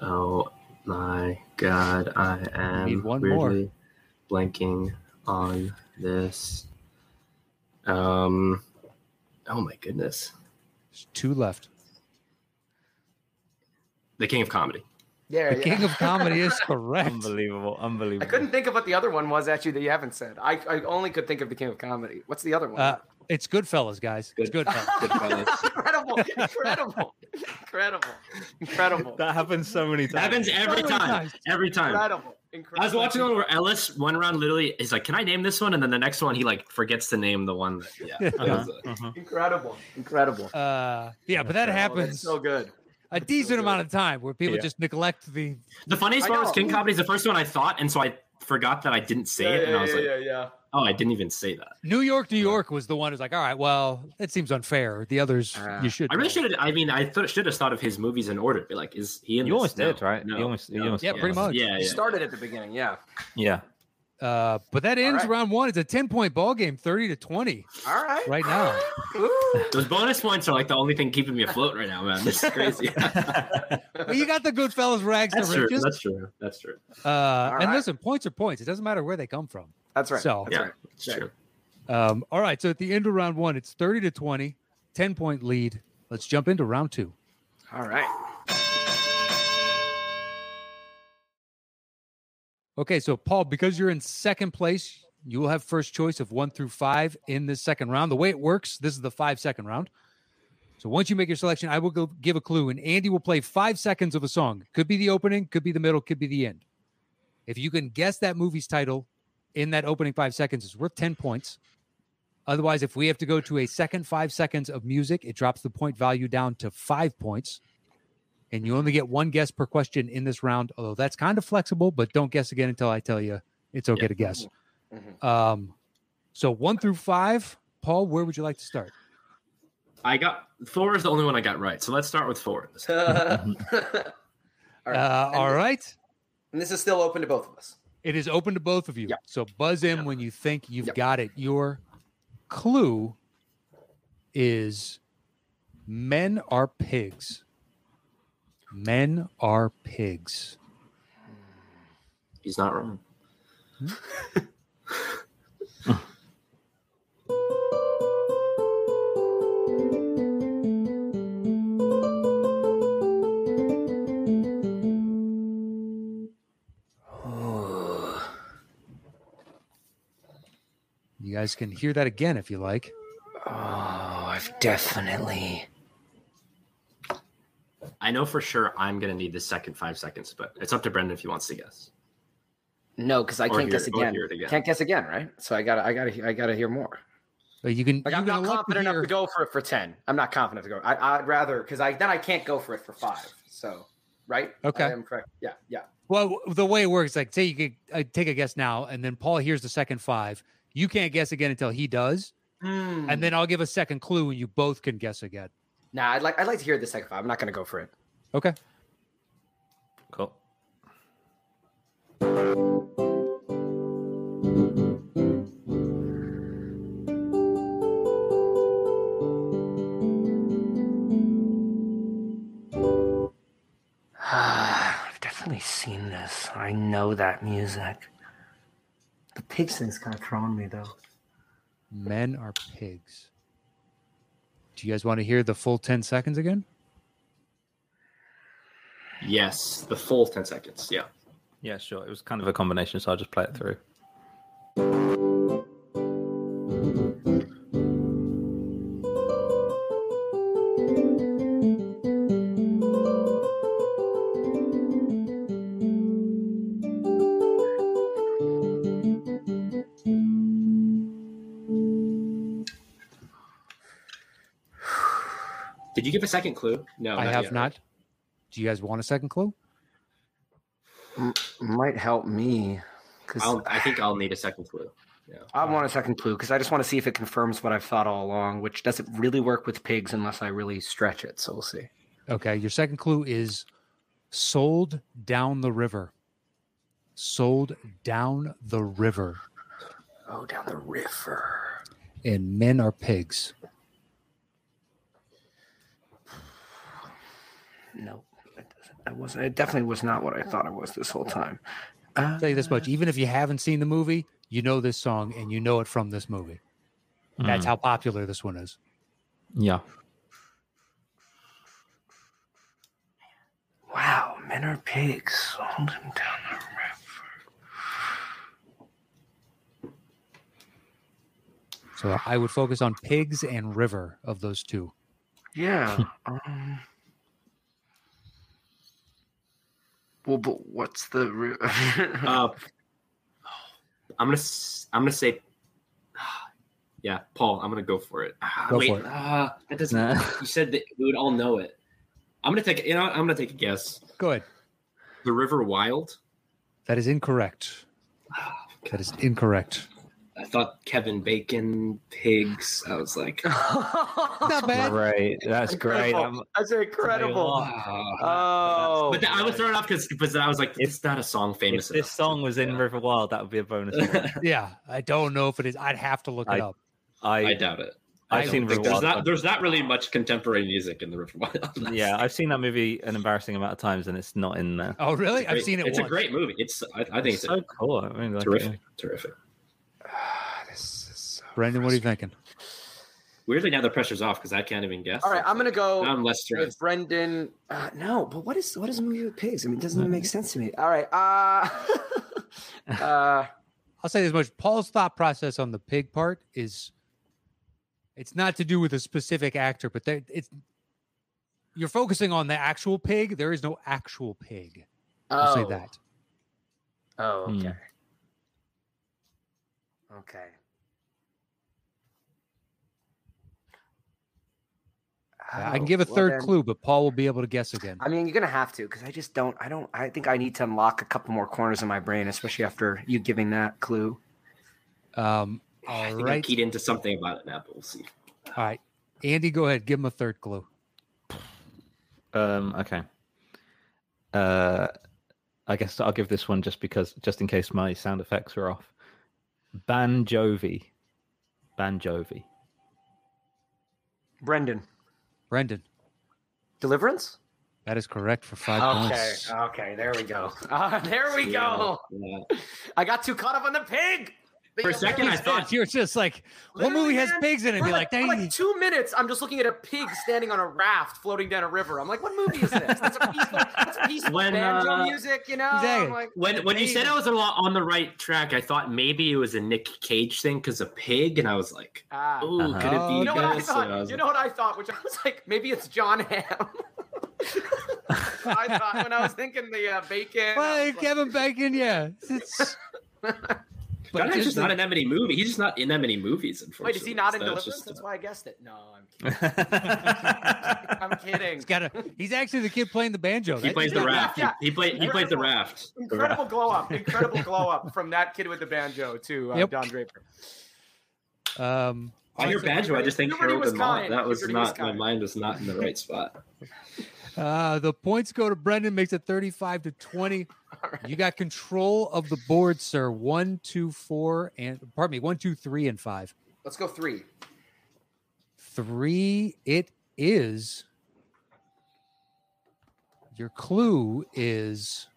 oh my God, I am need one more. weirdly blanking on this. Um, oh my goodness, There's two left. The King of Comedy. There, The yeah. king of comedy is correct. Unbelievable. I Unbelievable. couldn't think of what the other one was at you that you haven't said. I, I only could think of the King of Comedy. What's the other one? Uh, it's Goodfellas, guys. It's Good- Goodfellas. Goodfellas. incredible, incredible, incredible, incredible, That happens so many It happens times. every So time. nice. Every time. incredible, incredible. I was watching one where Ellis one round literally is like, "Can I name this one?" And then the next one he like forgets to name the one. That, yeah. It was, uh, Uh-huh. incredible, incredible. Uh, yeah, but that Oh, that's happens so good. a decent amount of time where people Yeah. just neglect the. The funniest I one was know. King Comedy is the first one I thought, and so I forgot that I didn't say yeah, it, and yeah, I was yeah, like, yeah, yeah. "Oh, I didn't even say that." New York, New York was the one who's like, all right, well, that seems unfair. The others, you should. I really know." should have. I mean, I th- should have thought of his movies in order. Be like, is he in? You this? almost No. did, right? No. You almost, you No. almost Yeah, you pretty almost- much. Yeah, You yeah. started at the beginning, yeah. Yeah. Uh, but that ends right. round one. It's a 10 point ball game, 30 to 20 All right. right now. Ooh. Those bonus points are like the only thing keeping me afloat right now, man. This is crazy. Well, you got the Goodfellas rags That's to true. riches. That's true. That's true. Uh, and right. listen, points are points. It doesn't matter where they come from. That's right. So- That's Yeah, right. it's true. Um, all right. So at the end of round one, it's 30 to 20, 10 point lead. Let's jump into round two. All right. Okay. So, Paul, because you're in second place, you will have first choice of one through five in this second round. The way it works, this is the five second round. So once you make your selection, I will go give a clue, and Andy will play five seconds of a song. Could be the opening, could be the middle, could be the end. If you can guess that movie's title in that opening five seconds, it's worth 10 points. Otherwise, if we have to go to a second five seconds of music, it drops the point value down to five points. And you only get one guess per question in this round, although that's kind of flexible, but don't guess again until I tell you it's okay Yeah. to guess. Mhm. Um, so one through five, Paul, where would you like to start? I got four is the only one I got right. So let's start with four. This- All right. Uh, And- all right. And this is still open to both of us. It is open to both of you. Yep. So buzz in when you think you've Yep. got it. Your clue is men are pigs. Men are pigs. He's not wrong. You guys can hear that again if you like. Oh, I've definitely. I know for sure I'm gonna need the second five seconds, but it's up to Brendan if he wants to guess. No, because I Or can't hear- guess or again. hear it again. Can't guess again, right? So I gotta, I gotta, he- I gotta hear more. But you can. Like you I'm can not elect confident enough hear- to go for it for ten. I'm not confident to go. I, I'd rather because I then I can't go for it for five. So right? Okay. I am correct. Yeah, yeah. Well, the way it works, like say you could uh, take a guess now, and then Paul hears the second five. You can't guess again until he does, and then I'll give a second clue, and you both can guess again. Nah, I'd like, I'd like to hear the second five. I'm not gonna go for it. Okay. Cool. I've definitely seen this. I know that music. The pigs thing's kind of throwing me though. Men are pigs. Do you guys want to hear the full 10 seconds again? Yes, the full ten seconds. Yeah. Yeah, sure. It was kind of a combination, so I'll just play it through. Did you give a second clue? No, I have yet, not. Do you guys want a second clue? Might help me right? because I'll, I think I'll need a second clue. I want a second clue because I just want to see if it confirms what I've thought all along, which doesn't really work with pigs unless I really stretch it. So we'll see. Okay. Your second clue is sold down the river. Sold down the river. Oh, down the river. And men are pigs. No, it doesn't- it wasn't. It definitely was not what I thought it was this whole time. Uh, I'll tell you this much. Even if you haven't seen the movie, you know this song and you know it from this movie. Mm. Mm. That's how popular this one is. Yeah. wow, men are pigs. Hold him down the river. So I would focus on pigs and river of those two. Yeah. um, well, but what's the root? Uh, I'm gonna s- I'm gonna say, yeah, Paul. I'm gonna go for it. Ah, Go wait, for it. ah, that doesn't. Nah. You said that we would all know it. I'm gonna take. You know, what? I'm gonna take a guess. Go ahead. The River Wild. That is incorrect. That is incorrect. I thought Kevin Bacon pigs. I was like, Not bad. Right. That's great. I'm- That's incredible. wow. Oh, but I was thrown off because because I was like, it's not a song if famous. this enough. song was in Yeah. River Wild, that would be a bonus. one. Yeah, I don't know if it is. I'd have to look it I- up. I I doubt it. I've I seen don't River think There's Wild. not there's not really much contemporary music in the River Wild. yeah, I've seen that movie an embarrassing amount of times, and it's not in there. Oh, really? I've Great- seen it It's once. a great movie. It's I, I think It's it's, so cool. I really like terrific, It. terrific. this is so Brendan, what are you thinking? Weirdly, now the pressure's off because I can't even guess. All right, I'm gonna go. Now I'm less with stressed. Brendan. Uh, no, but what is what is a movie with pigs? I mean, it doesn't even Mm. make sense to me. All right. Uh, uh, I'll say this much. Paul's thought process on the pig part is it's not to do with a specific actor, but there, it's you're focusing on the actual pig. There is no actual pig. I'll oh, say that. Oh, Hmm. okay. Okay. Uh, I Oh, can give a well third then- clue, but Paul will be able to guess again. I mean, you're gonna have to because I just don't. I don't. I think I need to unlock a couple more corners in my brain, especially after you giving that clue. Um, I all think I'm right. keyed into something about it now, but we'll see. All right. Andy, go ahead. Give him a third clue. Um, okay. Uh, I guess I'll give this one just because, just in case my sound effects are off. Ban Jovi. Ban Jovi. Brendan, Brendan, Deliverance. that is correct for five Okay. Uh, points. Okay. There we go. Ah, there we go. Yeah. I got too caught up on the pig. For a second, I thought You're just like, what Literally, movie has man, pigs in it? for Be like, like, for like "Dang." two minutes, I'm just looking at a pig standing on a raft floating down a river. I'm like, what movie is this? That's a piece of, that's a piece of When, banjo uh, music, you know? Exactly. I'm like, When when you said I was a lot on the right track, I thought maybe it was a Nick Cage thing because a pig, and I was like, ah. "Oh, Uh-huh. could it be?" You know what I this?" And I thought? was You like, know what I thought? Which I was like, maybe it's John Ham. I thought when I was thinking the uh, bacon. I Well, was like, Kevin Bacon, yeah. It's, John Hughes is just not in that many movies. He's just not in that many movies. Unfortunately, Wait, is he not in So Deliverance? that's just- That's why I guessed it. No, I'm kidding. yeah, I'm kidding. He's got a. He's actually the kid playing the banjo. He That- plays the Yeah, raft. yeah. He, he played. He played the Incredible. raft. The raft. Incredible glow up. Incredible glow up from that kid with the banjo to uh, Yep. Don Draper. Um, I hear So banjo. I puberty- just think puberty Harold was and Maude. kind. That was Puberty was not. My kind. mind was not in the right spot. uh, the points go to Brendan. Makes it thirty-five to twenty. You got control of the board, sir. One, two, four, and pardon me, one, two, three, and five. Let's go three. Three. It is. Your clue is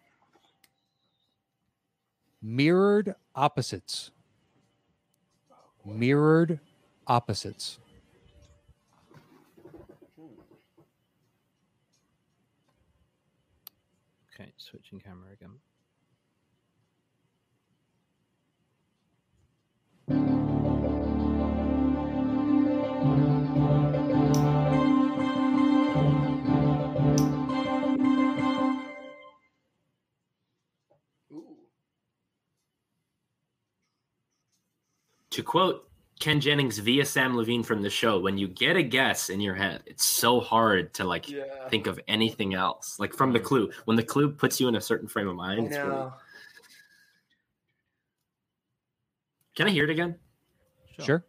mirrored opposites. Mirrored opposites. Okay, switching camera again. To quote Ken Jennings via Sam Levine from the show, when you get a guess in your head, it's so hard to like Yeah. think of anything else. Like from the clue, when the clue puts you in a certain frame of mind. it's really- Can I hear it again? Sure.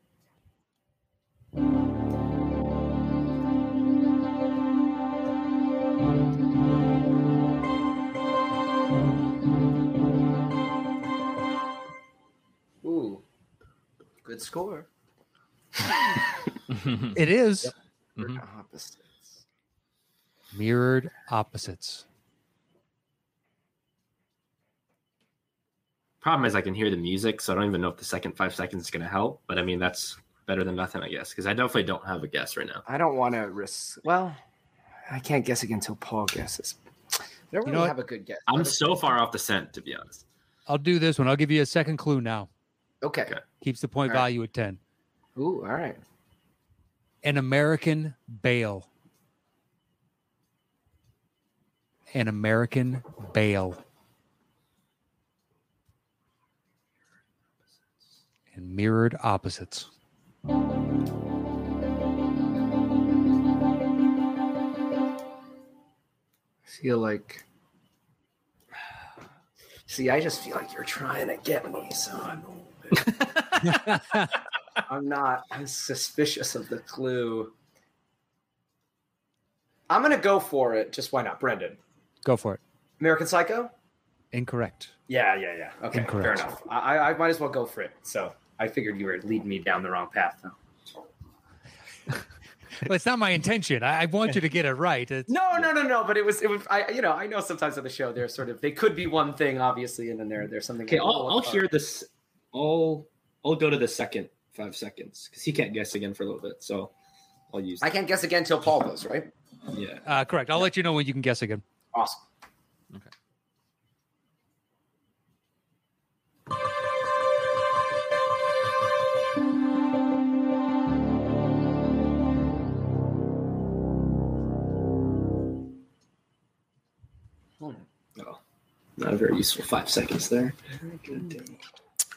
Ooh. Good score. It is Mhm. Opposites. Mm-hmm. mirrored opposites. Problem is, I can hear the music, so I don't even know if the second five seconds is going to help. But I mean, that's better than nothing, I guess, because I definitely don't have a guess right now. I don't want to risk. Well, I can't guess again until Paul guesses. don't You really know what? have a good guess. I'm so far off the scent, to be honest. I'll do this one. I'll give you a second clue now. okay. Okay. Keeps the point All right. value at 10. Ooh, all right. An American Bale. An American Bale. And mirrored opposites. feel like see i just feel like you're trying to get me so i'm a little bit- i'm not i'm suspicious of the clue i'm gonna go for it just why not brendan Go for it. american psycho Incorrect. yeah yeah yeah okay fair Incorrect. enough I, I I might as well go for it so i figured you were leading me down the wrong path though Well, it's not my intention. I, I want you to get it right. It's, No, no, no, no. But it was, it was. I, you know, I know sometimes on the show they're sort of they could be one thing, obviously, and then there there's something. Okay, I'll, Oh, I'll uh, hear this. I'll I'll go to the second five seconds because he can't guess again for a little bit. So I'll use. I can't guess again till Paul does, right? yeah. Uh, correct. I'll let you know when you can guess again. Awesome. Oh, not a very useful five seconds there.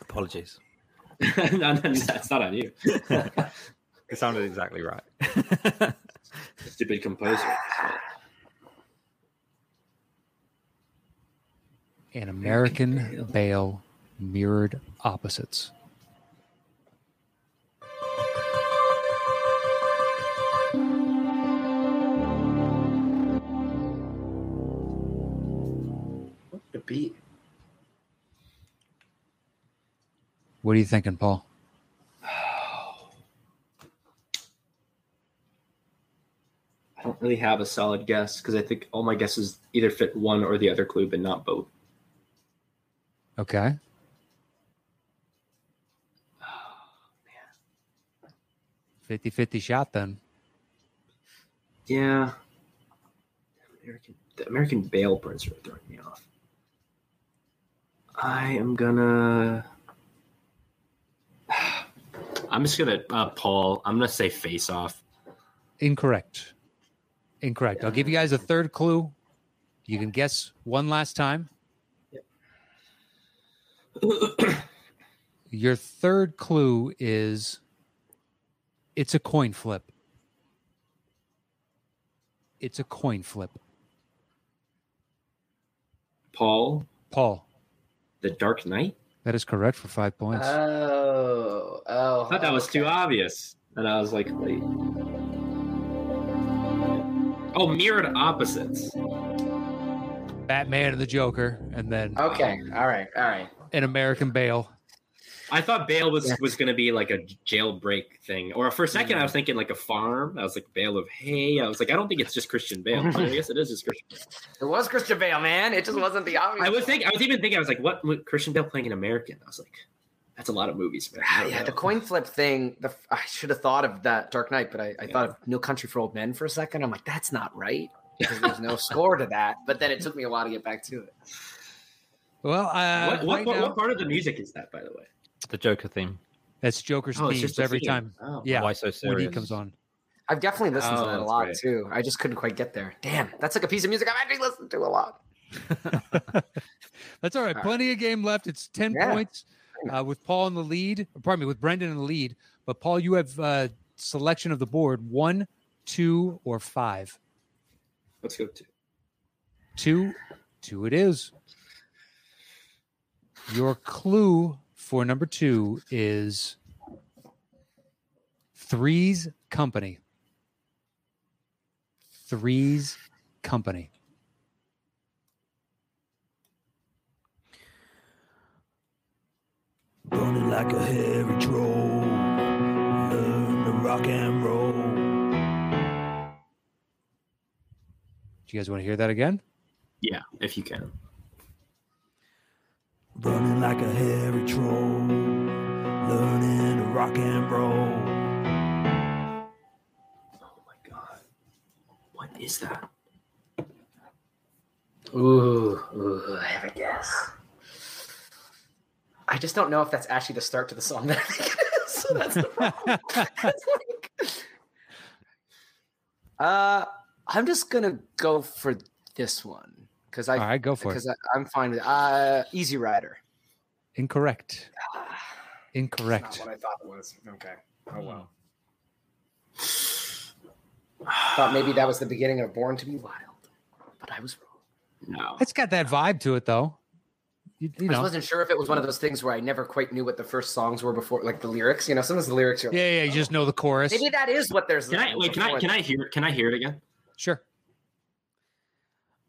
Apologies. no, no, that's not on you, It sounded exactly right. stupid composer. An American Bale, mirrored opposites. The beat. What are you thinking, Paul? I don't really have a solid guess because I think all my guesses either fit one or the other clue, but not both. Okay. Fifty fifty shot then. Yeah. American, the American bail prints are throwing me off. I am gonna. I'm just gonna, uh, Paul. I'm gonna say face off. Incorrect. Incorrect. I'll give you guys a third clue. You can guess one last time. Your third clue is it's a coin flip. It's a coin flip. Paul, Paul, the Dark Knight. that is correct for five points. Uh, Oh, I oh. thought that was too obvious, and I was like, wait. Oh, mirrored opposites. Batman and the Joker, and then Oh. Okay. Um, All right. All right. an American Bale. I thought bail was was gonna be like a jailbreak thing, or for a second I was thinking like a farm. I was like bale of hay. I was like, I don't think it's just Christian Bale. But I guess it is just Christian. Bale. It was Christian Bale, man. It just wasn't the obvious. I was thinking. I was even thinking. I was like, what mo- Christian Bale playing an American? I was like, that's a lot of movies. Man. I Ah, don't yeah, the know. coin flip thing. The f- I should have thought of that Dark Knight, but I, I thought of No Country for Old Men for a second. I'm like, that's not right because there's no score to that. But then it took me a while to get back to it. Well, uh, What, what, right what, now- what part of the music is that, by the way? The Joker theme. that's Joker's Oh, it's themes just the every theme. time. Oh. Yeah, Why so when serious? he comes on. I've definitely listened Oh, to that a that's lot right. too. I just couldn't quite get there. Damn, that's like a piece of music I've actually listened to a lot. That's all right. All right. Plenty of game left. It's 10 Yeah. points uh, with Paul in the lead. or Pardon me, with Brendan in the lead. But Paul, you have uh, selection of the board one, two, or five. Let's go to. Two, two it is. Your clue for number two is Three's Company. Three's Company. Burning like a hairy troll. Learn to rock and roll. Do you guys want to hear that again? Yeah, if you can. Burning like a hairy troll. Learning to rock and roll. Oh my god, what is that? Ooh, ooh, I have a guess. I just don't know if that's actually the start to the song that I think it is. So that's the problem. It's like- uh, I'm just gonna go for this one because I All right, go for it. because I, I'm fine with uh Easy Rider. Incorrect. That's Incorrect. not what I thought it was. Okay. Oh wow. Thought maybe that was the beginning of Born to Be Wild, but I was wrong. No. It's got that vibe to it, though. You, you I just know. wasn't sure if it was one of those things where I never quite knew what the first songs were before, like the lyrics. You know, sometimes the lyrics are. Yeah, yeah. You just know the chorus. Maybe that is what there's. Can I wait? Can I can I hear? Can I hear it again? Sure.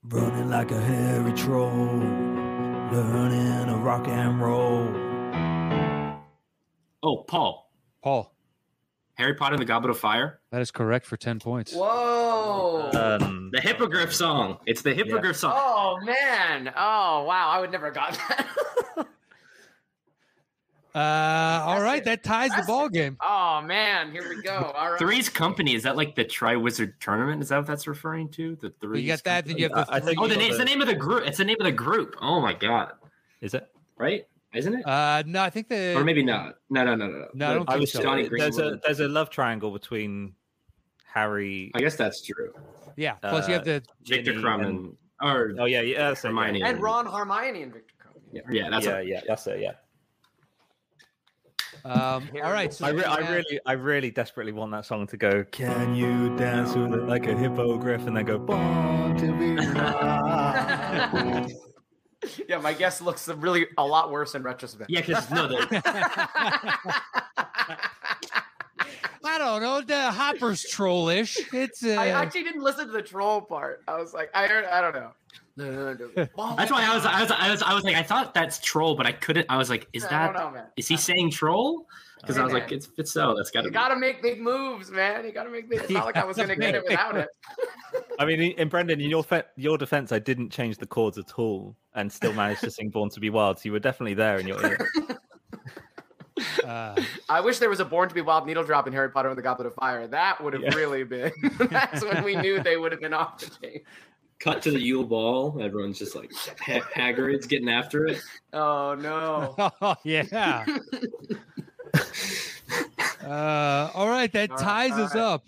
Running like a hairy troll, learning a rock and roll. Oh, Paul, Paul, Harry Potter and the Goblet of Fire, that is correct for 10 points. Whoa! Um, the hippogriff song. It's the hippogriff song. oh man! Oh wow! I would never have gotten that. Uh, all That's right. it. That ties That's the it. ball game. oh man! Here we go. All right. Three's Company is that like the Triwizard Tournament? Is that what that's referring to? The three. You got that, then you have the uh, I- I think- Oh, three- the name, it's the name of the group. It's the name of the group. Oh my god! is it? Right? Isn't it? Uh, no, I think the or maybe not. No, no, no, no. No, I don't I think was. so. Johnny there's a Greenwood. there's a love triangle between Harry. I guess that's true. yeah. Plus, you have uh, the Victor Ginny Crumb and- and or Oh yeah, yeah. That's it, yeah. Hermione. and Ron Hermione and Victor Crumb. Yeah, yeah, that's yeah, it. yeah, that's it. Yeah. um, all right. So I, re- then I we have- really, I really desperately want that song to go. Can you dance with it like a hippogriff? And then go. Born to be wild." yeah, my guess looks really a lot worse in retrospect. Yeah, because no, the, I don't know. The Hopper's trollish. It's uh, I actually didn't listen to the troll part. I was like, I heard, I don't know. that's why I was, I was, I was, I was like, I thought that's troll, but I couldn't. I was like, is I that? don't know, man. Is he saying troll? Because I was like, Okay. it's it's so. That's got You to be. gotta make big moves, man. You gotta make big. It's not like I was gonna get it without it. I mean, in- in Brendan, in your fe- your defense, I didn't change the chords at all, and still managed to sing "Born to Be Wild." So you were definitely there in your ear. uh, I wish there was a Born to Be Wild needle drop in Harry Potter and the Goblet of Fire. That would have Yeah. really been. That's when we knew they would have been off the game. Cut to the Yule Ball. Everyone's just like ha- Hagrid's getting after it. Oh no. oh yeah. uh, all right, that All ties us right. up.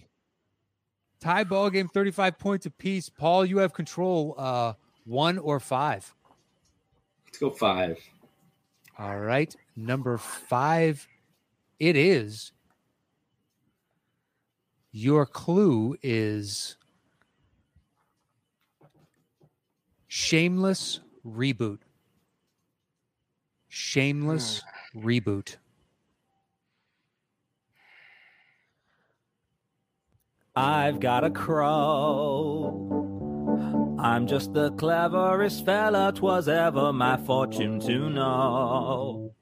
Tie ball game, thirty-five points apiece. Paul, you have control. Uh, one or five. Let's go five. All right, number five. It is. Your clue is shameless reboot. Shameless Hmm. reboot. I've got a crow. I'm just the cleverest fella 'twas ever my fortune to know.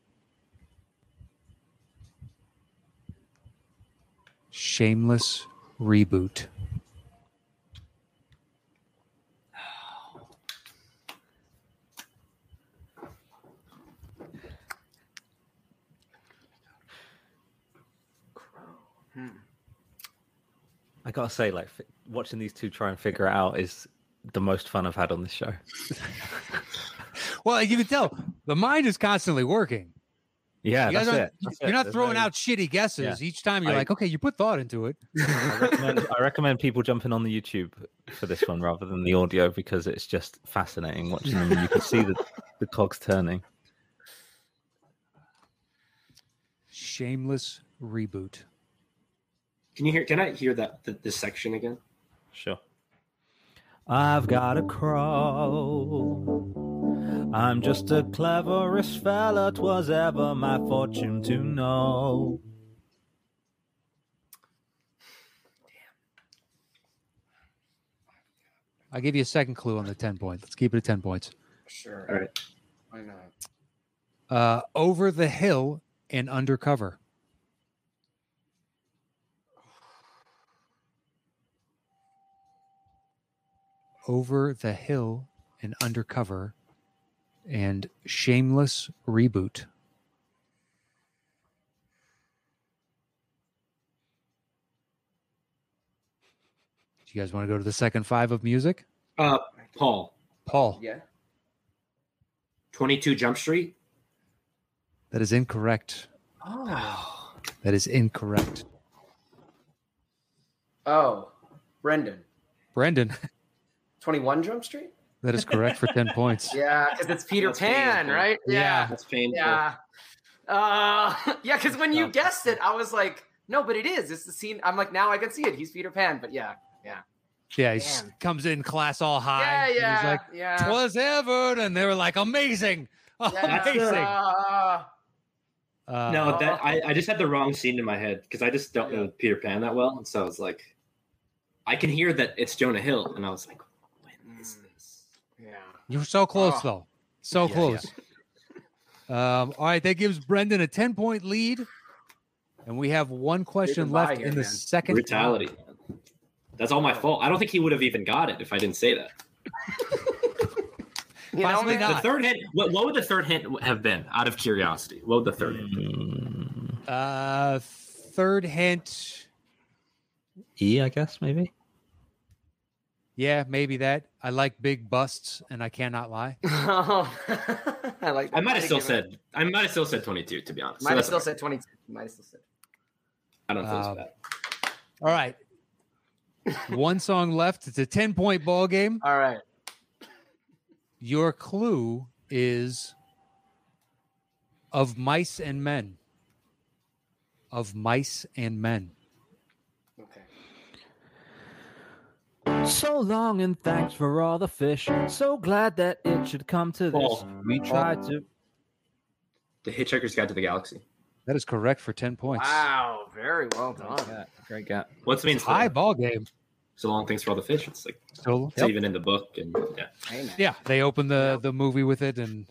Shameless reboot. I gotta say, like fi- watching these two try and figure it out is the most fun I've had on this show. Well, you can tell the mind is constantly working. Yeah, You that's guys it. aren't- That's it. you're not There's throwing no- out shitty guesses each time. You're I- like, okay, you put thought into it. I recommend, I recommend people jumping on the YouTube for this one rather than the audio because it's just fascinating watching them. and You can see the, the cogs turning. Shameless reboot. Can you hear? Can I hear that th- this section again? Sure. I've got a crow. I'm just the cleverest fella 'twas ever my fortune to know. I'll give you a second clue on the 10 point. Let's keep it at 10 points. Sure. All right. Why not? Uh, over the hill and undercover. Over the hill and undercover and shameless reboot. Do you guys want to go to the second five of music? Uh, Paul. Paul, Yeah. 22 Jump Street. that is incorrect. Oh. That is incorrect. Oh. Brendan. Brendan, 21 Jump Street? that is correct for 10 points. Yeah, because it's Peter That's Pan, painful. right? Yeah. That's painful. Yeah. Uh, yeah, because when you guessed it, I was like, no, but it is. It's the scene. I'm like, now I can see it. He's Peter Pan. But yeah. Yeah, he s- Damn. comes in class all high. Yeah, and yeah. He's like, yeah. twas ever. And they were like, amazing. yeah. Amazing. Uh, Uh, No, that I, I just had the wrong scene in my head because I just don't know Peter Pan that well, and so I was like, I can hear that it's Jonah Hill, and I was like, when is this? Mm. yeah. You were so close, Oh. though. So Yeah, close. Um, all right, that gives Brendan a 10 point lead. And we have one question can lie left here, in the man. second Brutality. That's all my fault. I don't think he would have even got it if I didn't say that. You know, Possibly man? The not. third hint. What, what would the third hint have been? Out of curiosity, what would the third Mm. hint? Uh, third hint. E, I guess maybe. Yeah, maybe that. I like big busts, and I cannot lie. Oh. I like. I might have didn't still give it- said. I might have still said twenty-two. To be honest, So Might have that's still okay. said 22. Might have still said. I don't feel Um, as bad. All right. One song left. It's a 10 point ball game. All right. Your clue is of mice and men. Of mice and men. Okay. So long and thanks for all the fish. So glad that it should come to this. Oh. we tried to. The Hitchhiker's Guide to the Galaxy. That is correct for 10 points. Wow. Very well done. Yeah, great gap. What's it mean? High ball game. So long. Thanks for all the fish. It's like So, it's even in the book, and yeah. Hey, man. yeah, they opened the, the movie with it, and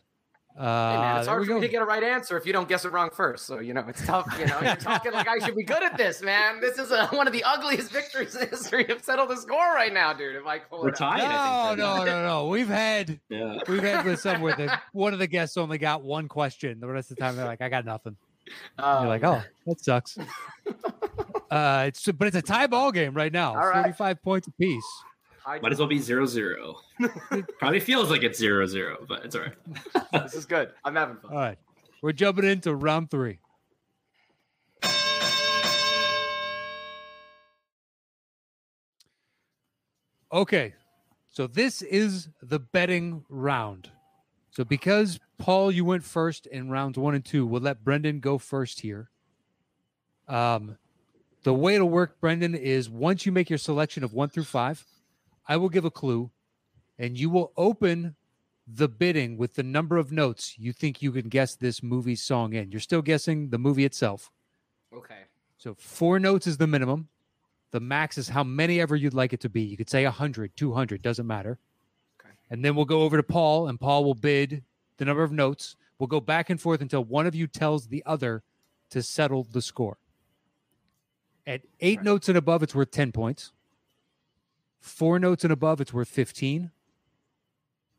uh, Hey, man, it's there hard we for me go. to get a right answer if you don't guess it wrong first. So you know it's tough. You know, you're talking like I should be good at this, man. This is uh one of the ugliest victories in history. I've settled the score right now, dude. If I pull We're it up. tied. I no, think, no, right no, no. We've had now. Yeah. We've had with some where the, one of the guests only got one question. The rest of the time, they're like, "I got nothing." Um, You're like, "Oh, that sucks." uh, it's but it's a tie ball game right now. All right. Thirty-five points apiece. I- Might as well be zero zero. Probably feels like it's zero zero, but it's all right. this is good. I'm having fun. Uh, All right, we're jumping into round three. Okay, so this is the betting round. So because Paul, you went first in rounds one and two, we'll let Brendan go first here. Um, the way it'll work, Brendan, is once you make your selection of one through five, I will give a clue, and you will open the bidding with the number of notes you think you can guess this movie song in. You're still guessing the movie itself. Okay. So four notes is the minimum. The max is how many ever you'd like it to be. You could say 100, 200, doesn't matter. Okay. And then we'll go over to Paul, and Paul will bid the number of notes. We'll go back and forth until one of you tells the other to settle the score. At eight Right. notes and above, it's worth 10 points. Four notes and above, it's worth 15.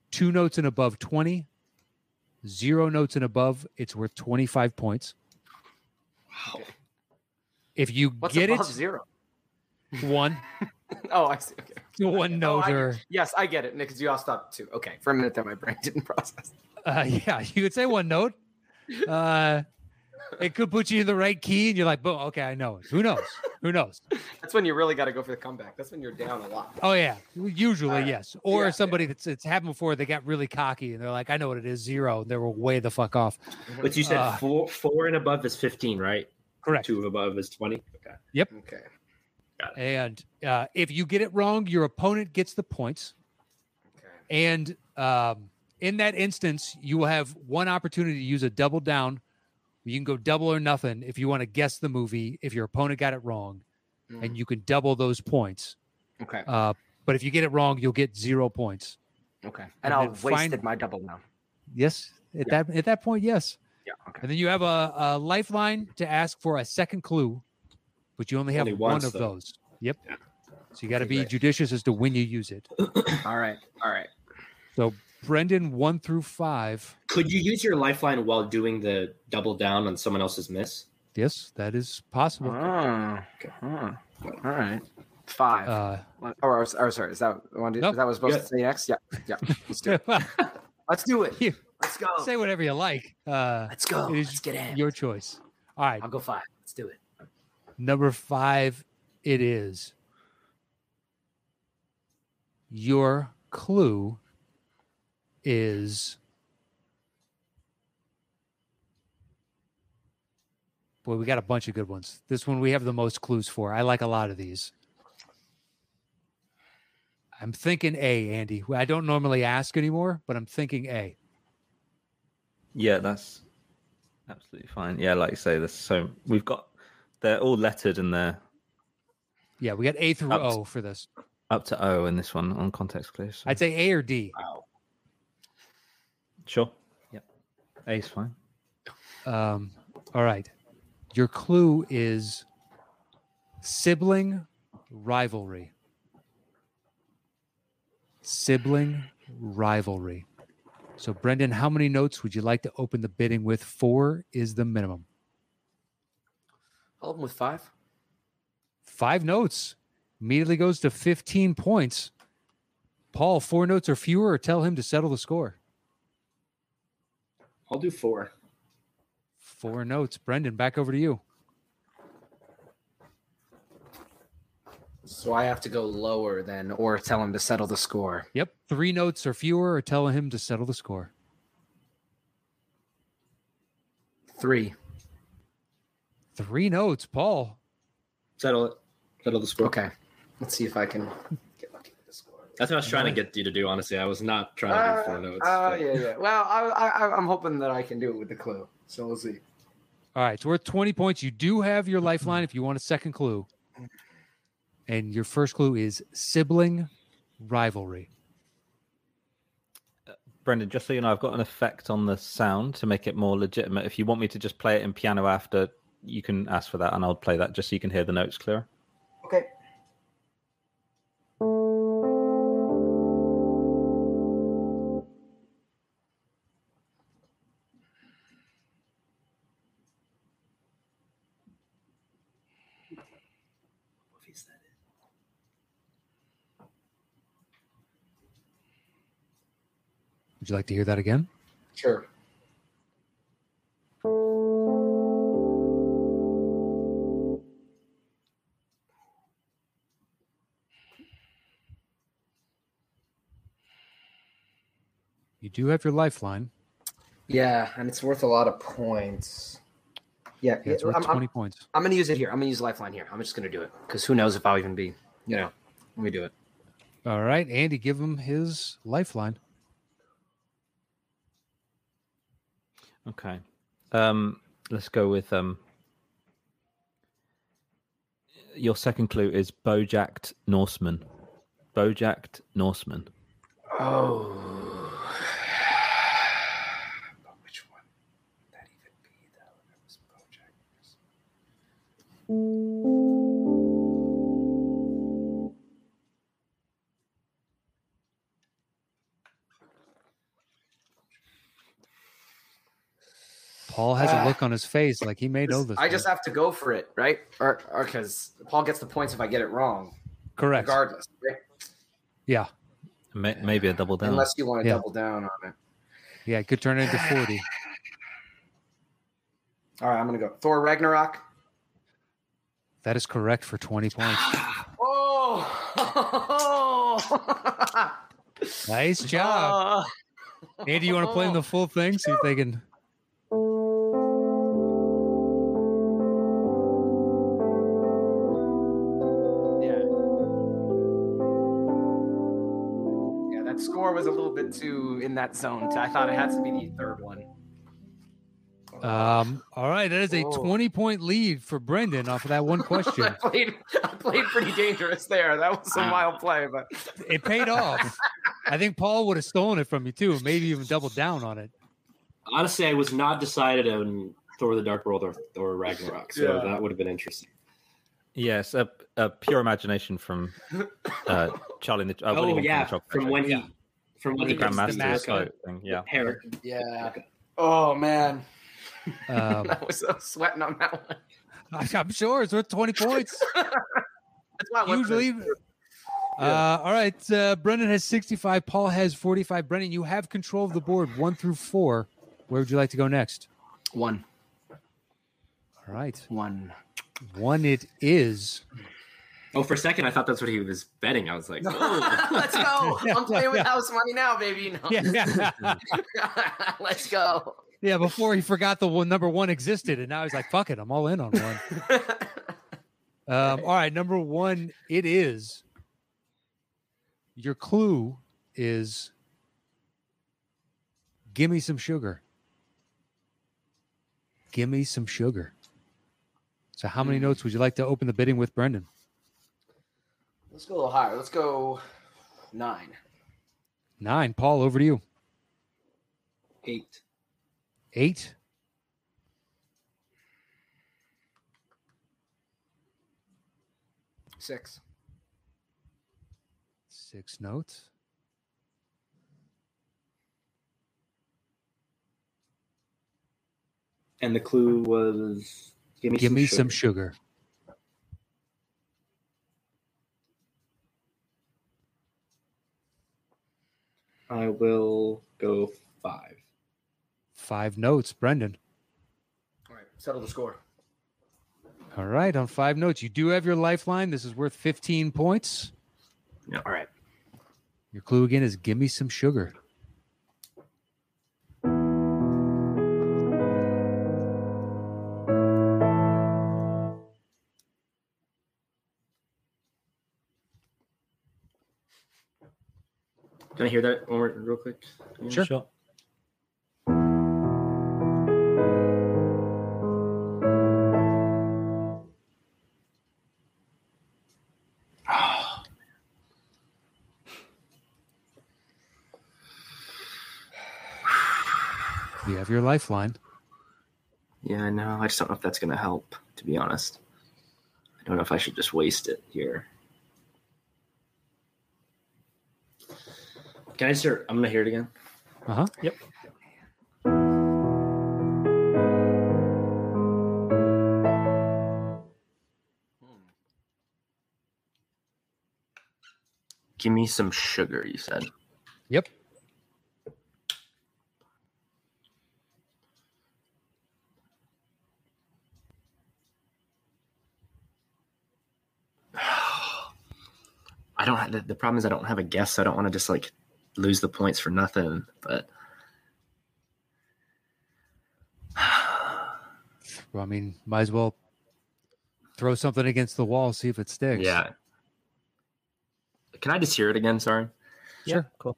Two notes and above, 20. Zero notes and above, it's worth 25 points. If you What's get above it, zero? one, Oh, I see. Okay. one note Oh, I- or Yes, I get it, Nick. Because you all stopped too. Okay. For a minute there, my brain didn't process. Uh, yeah, you could say one note. Uh, it could put you in the right key, and you're like, "Boom, okay, I know it." Who knows? Who knows? That's when you really got to go for the comeback. That's when you're down a lot. Oh yeah, usually Alright. yes. Or Yeah, yeah. somebody that's it's happened before. They got really cocky, and they're like, "I know what it is, zero," and they were way the fuck off. But you said Uh. Ah. four four and above is fifteen, right? Correct. Two above is twenty. Okay. Okay. And uh, if you get it wrong, your opponent gets the points. Okay. And um, in that instance, you will have one opportunity to use a double down. You can go double or nothing if you want to guess the movie if your opponent got it wrong, and you can double those points. Okay. Uh, but if you get it wrong, you'll get zero points. Okay. And, And I'll then wasted find- my double now. Yes, at that at that point, yes. Yeah. Okay. And then you have a, a lifeline to ask for a second clue, but you only have Only one once, of though. those. Yep. Yeah. So you got to Okay, be great. judicious as to when you use it. All right. All right. So Brendan, one through five. Could you use your lifeline while doing the double down on someone else's miss? Ah, Yes, that is possible. Oh, huh. all right. Five. Uh, Or, or, or sorry, is that one? Nope. Is that what I was supposed Yeah. to say next? Yeah, yeah. Let's do it. Let's do it. You- Let's go. say whatever you like. Uh, Let's go. it is Oh, Let's get in. your choice. All right, I'll go five. Let's do it. number five. It is your clue is. Boy, we got a bunch of good ones. This one we have the most clues for. I like a lot of these. I'm thinking A, Andy. I don't normally ask anymore, but I'm thinking A. Yeah, that's absolutely fine. Yeah, like you say, there's so we've got they're all lettered and they're Yeah, we got A through Ups- O for this. up to O in this one on context clues. so- I'd say A or D. sure. Yeah, A's fine. Um, all right. Your clue is sibling rivalry. Sibling rivalry. So, Brendan, how many notes would you like to open the bidding with? Four is the minimum. Hold them with five. Five notes immediately goes to 15 points. Paul, four notes or fewer, or tell him to settle the score. I'll do four. Four notes. Brendan, back over to you. So I have to go lower then, or tell him to settle the score. Yep. Three notes or fewer, or tell him to settle the score. Three. Three notes, Paul. Settle it. Settle the score. Okay. Let's see if I can get lucky with the score. That's what I was trying to get you to do. Honestly, I was not trying to do four notes. Uh, Oh but- yeah, yeah. Well, I, I, I'm hoping that I can do it with the clue. So we'll see. All right, it's worth 20 points. You do have your lifeline if you want a second clue. And your first clue is sibling rivalry. Brendan, just so you know, I've got an effect on the sound to make it more legitimate. If you want me to just play it in piano after, you can ask for that, and I'll play that just so you can hear the notes clearer. Okay. Would you like to hear that again? Sure. You do have your lifeline. Yeah, and it's worth a lot of points. Yeah, Yeah, it's yeah, worth I'm, 20 I'm, points. I'm gonna use it here. I'm gonna use Lifeline here. I'm just gonna do it because who knows if I'll even be, you know, let me do it. All right, Andy, give him his lifeline. Okay. Um, let's go with um, your second clue is Bojacked Norseman. Bojacked Norseman. Oh. But which one would that even be though? That was Bojack. Paul has a Ah. look on his face like he may know this. I just one. have to go for it, right? Or because Paul gets the points if I get it wrong, correct. regardless. Right? Yeah, May- maybe a double down. Unless you want to Yeah. double down on it. yeah, it could turn into 40. All right, I'm gonna go Thor Ragnarok. That is correct for 20 points. Oh. Nice job. Andy, you want to play him the full thing? See if they can. Yeah. Yeah, that score was a little bit too in that zone. I thought it has to be the third one. Um, all right, that is a Whoa. 20 point lead for Brendan off of that one I question. played, I played pretty dangerous there. That was a wild play, but it paid off. I think Paul would have stolen it from you too, maybe even doubled down on it. Honestly, I was not decided on Thor: The Dark World or Thor: Ragnarok, so Yeah. that would have been interesting. Yes, a, a pure imagination from uh, Charlie. and The, uh, oh Willy Wonka and the yeah, Chocolate from Factory. when he, from when the he gets the Grandmaster's mask on. coat thing. Yeah. Parrot. yeah. Oh man, Um, I was so sweating on that one. I- I'm sure it's worth 20 points. That's why I went for usually. the- Uh, all right. Uh, Brendan has 65. Paul has 45. Brendan, you have control of the board one through four. Where would you like to go next? one, All right. one. One it is. Oh, for a second, I thought that's what he was betting. I was like, "Oh." whoa. Let's go. I'm playing with Yeah. house money now, baby. No. Yeah. Yeah. Let's go. yeah before he forgot the one, number one existed. And now he's like, fuck it. I'm all in on one. Um, all right, number one, it is. Your clue is give me some sugar. Give me some sugar. So, how many notes would you like to open the bidding with, Brendan? Let's go a little higher. Let's go nine. Nine. Paul, over to you. Eight. Eight. Six. Six notes. And the clue was give me, Give some, me sugar. some sugar. I will go five. Five notes, Brendan. All right. Settle the score. All right, on five notes. You do have your lifeline. This is worth 15 points. All right. Your clue again is give me some sugar. Can I hear that one more- real quick? Sure. You have your lifeline. Yeah, I know. I just don't know if that's going to help, to be honest. I don't know if I should just waste it here. Can I just hear? I'm going to hear it again. Uh huh. Hmm. Give me some sugar, you said. Yep. I don't have the, the problem is I don't have a guess. So I don't want to just like lose the points for nothing. But Well, I mean, might as well throw something against the wall, see if it sticks. yeah. Can I just hear it again? Sorry. Sure. Cool.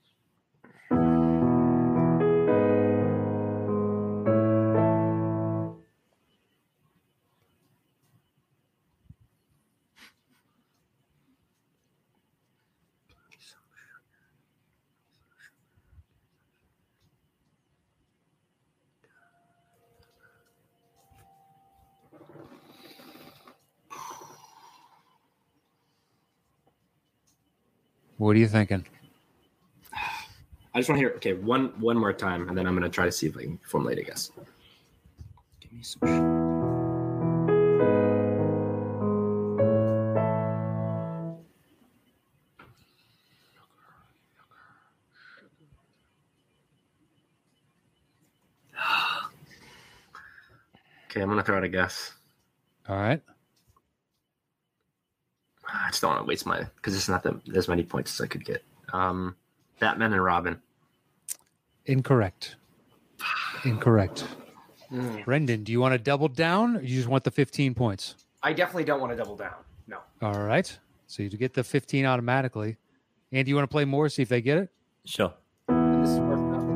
What are you thinking? I just want to hear it. Okay, one one more time, and then I'm going to try to see if I can formulate a guess. Give me some sugar. Okay, I'm gonna throw out a guess. All right. I just don't want to waste my because it's not that as many points as I could get. Um, Batman and Robin. Incorrect. Incorrect. Mm. Brendan, do you want to double down or you just want the 15 points? I definitely don't want to double down. No. All right. So you get the 15 automatically. And do you want to play more, see if they get it? Sure. And this is worth nothing.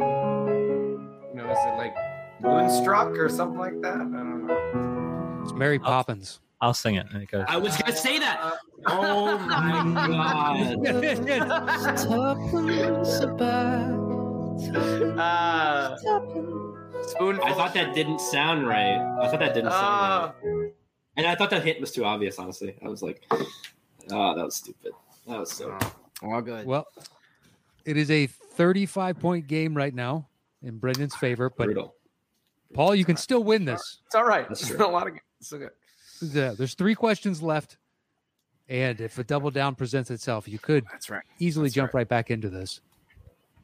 You know, is it like Moonstruck or something like that? I don't know. It's Mary Poppins. I'll sing it. There it goes. I was gonna say that. Oh my god! All Uh, Uh, Tuppence Spoonful. I thought that didn't sound right. I thought that didn't sound right. Oh, And I thought that hint was too obvious, honestly. I was like, oh, that was stupid. That was so. all good. Well, it is a 35 point game right now in Brendan's favor, but brutal. Paul, you can still win this. it's all right. That's It's true. a lot of it's so good. Yeah, There's three questions left. And if a double down presents itself, you could That's right. easily That's jump right. back into this.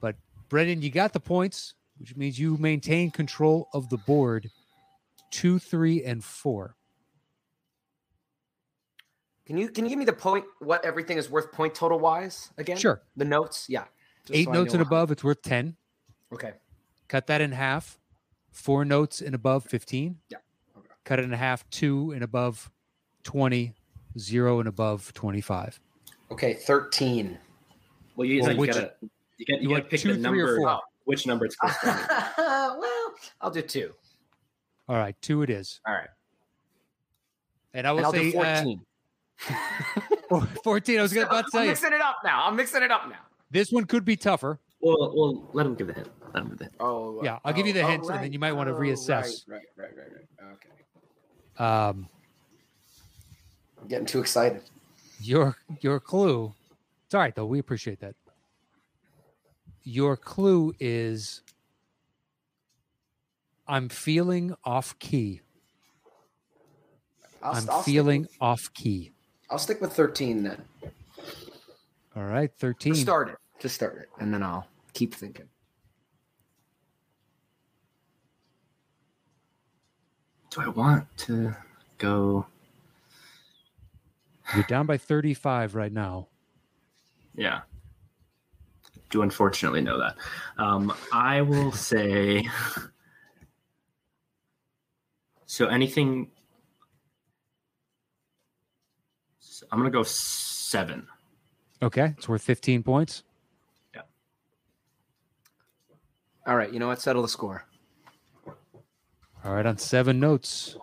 But Brendan, you got the points, which means you maintain control of the board two, three, and four. Can you can you give me the point? What everything is worth point total wise again? Sure. The notes, yeah. Just Eight so I notes know and how- above, it's worth 10. Okay. Cut that in half. Four notes and above, 15. Yeah. Okay. Cut it in half, two and above, 20. Zero and above, 25. Okay. Thirteen. Well, you, Well, you which- gotta, you gotta, you you want gotta pick two, the three, or number, four? which number it's corresponding. well, I'll do two. All right, two it is. All right. And I will And I'll say do fourteen. Uh, 14. I was gonna- about to tell I'm you, mixing it up now. I'm mixing it up now. this one could be tougher. Well, well, let him give the hint. Let him give the hint. Oh Yeah, I'll give you the hint, and then you might wanna reassess. Right, right, right, right. Okay. Um, I'm getting too excited. your your clue it's all right though we appreciate that your clue is i'm feeling off key I'll, i'm I'll feeling Stick off key with, I'll stick with thirteen then. all right 13 To start it. To start it, and then I'll keep thinking. Do I want to go? you're down by 35 right now Yeah. Do unfortunately know that. Um, I will say. So anything. So I'm gonna go seven. okay it's worth 15 points All right. You know what? Settle the score. all right on seven notes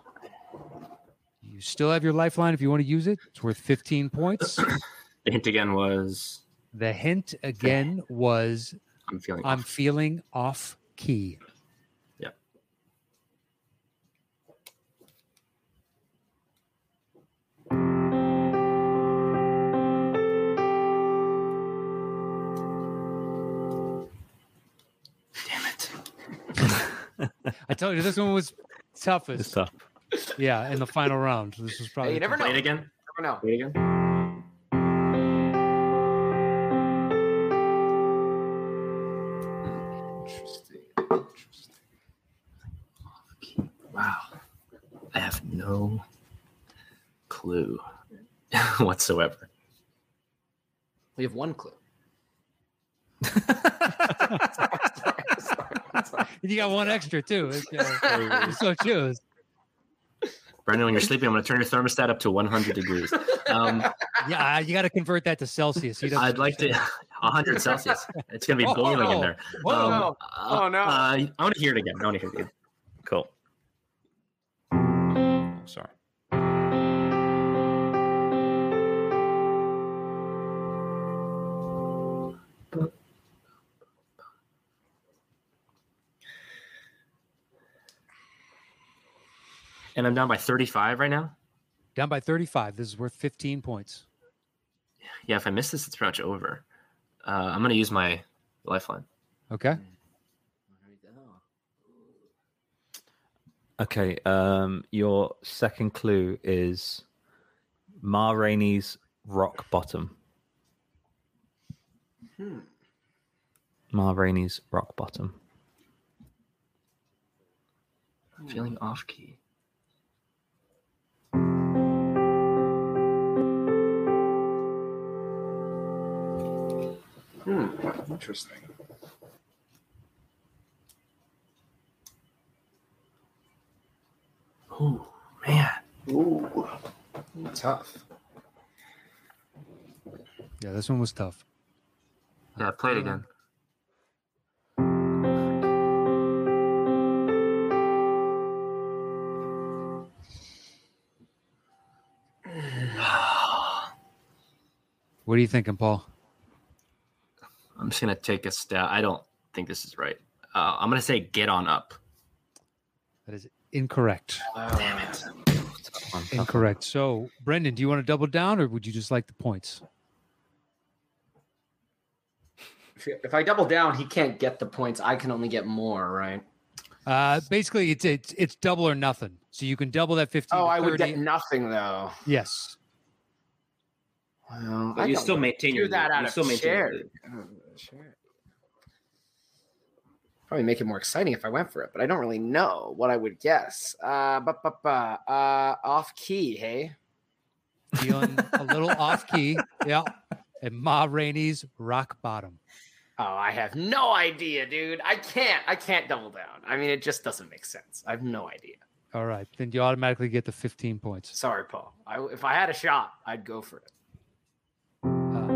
you still have your lifeline if you want to use it it's worth 15 points The hint again was the hint again was I'm feeling. i'm feeling off key damn it. I told you this one was It's toughest. tough. Yeah, in the final round, this was probably. Hey, you never know. Play it You again. never know. Play it again. Interesting. Interesting. Wow. I have no clue whatsoever. We have one clue. you got one extra too. It's, uh, you so choose. Brendan, when you're sleeping, I'm going to turn your thermostat up to 100 degrees. Um, Yeah, you got to convert that to Celsius. He doesn't I'd like to 100 Celsius. It's going to be Oh, boiling in there. oh, no. uh, Oh, no. uh, I want to hear it again. I want to hear it again. Cool. Sorry. And I'm down by 35 right now. down by thirty-five. This is worth fifteen points. Yeah, if I miss this, it's pretty much over. Uh, I'm going to use my lifeline. Hmm. Okay, Okay. Um, your second clue is Ma Rainey's rock bottom. Hmm. Ma Rainey's rock bottom. I'm feeling off key. Hmm. Interesting. Oh, man. Ooh. Tough. yeah, this one was tough. Yeah, play it again. What are you thinking, Paul? I'm just gonna take a stab. I don't think this is right. Uh, I'm gonna say get on up. That is incorrect. Oh, Damn it. Incorrect. So, Brendan, do you want to double down or would you just like the points? If- If I double down, he can't get the points. I can only get more, right? Uh, basically, it's, it's it's double or nothing. So you can double that 15. Oh, to I would 30. get nothing though. Yes. Well, I But you don't still wanna maintain do your that lead. out you of still maintain your charity. lead. Oh, shit. Probably make it more exciting if I went for it, but I don't really know what I would guess. Uh, ba ba ba. Uh, off key, hey. Feeling a little off key. Yeah. And Ma Rainey's rock bottom. Oh, I have no idea, dude. I can't. I can't double down. I mean, it just doesn't make sense. I have no idea. All right. Then you automatically get the 15 points. Sorry, Paul. I, if I had a shot, I'd go for it. Uh,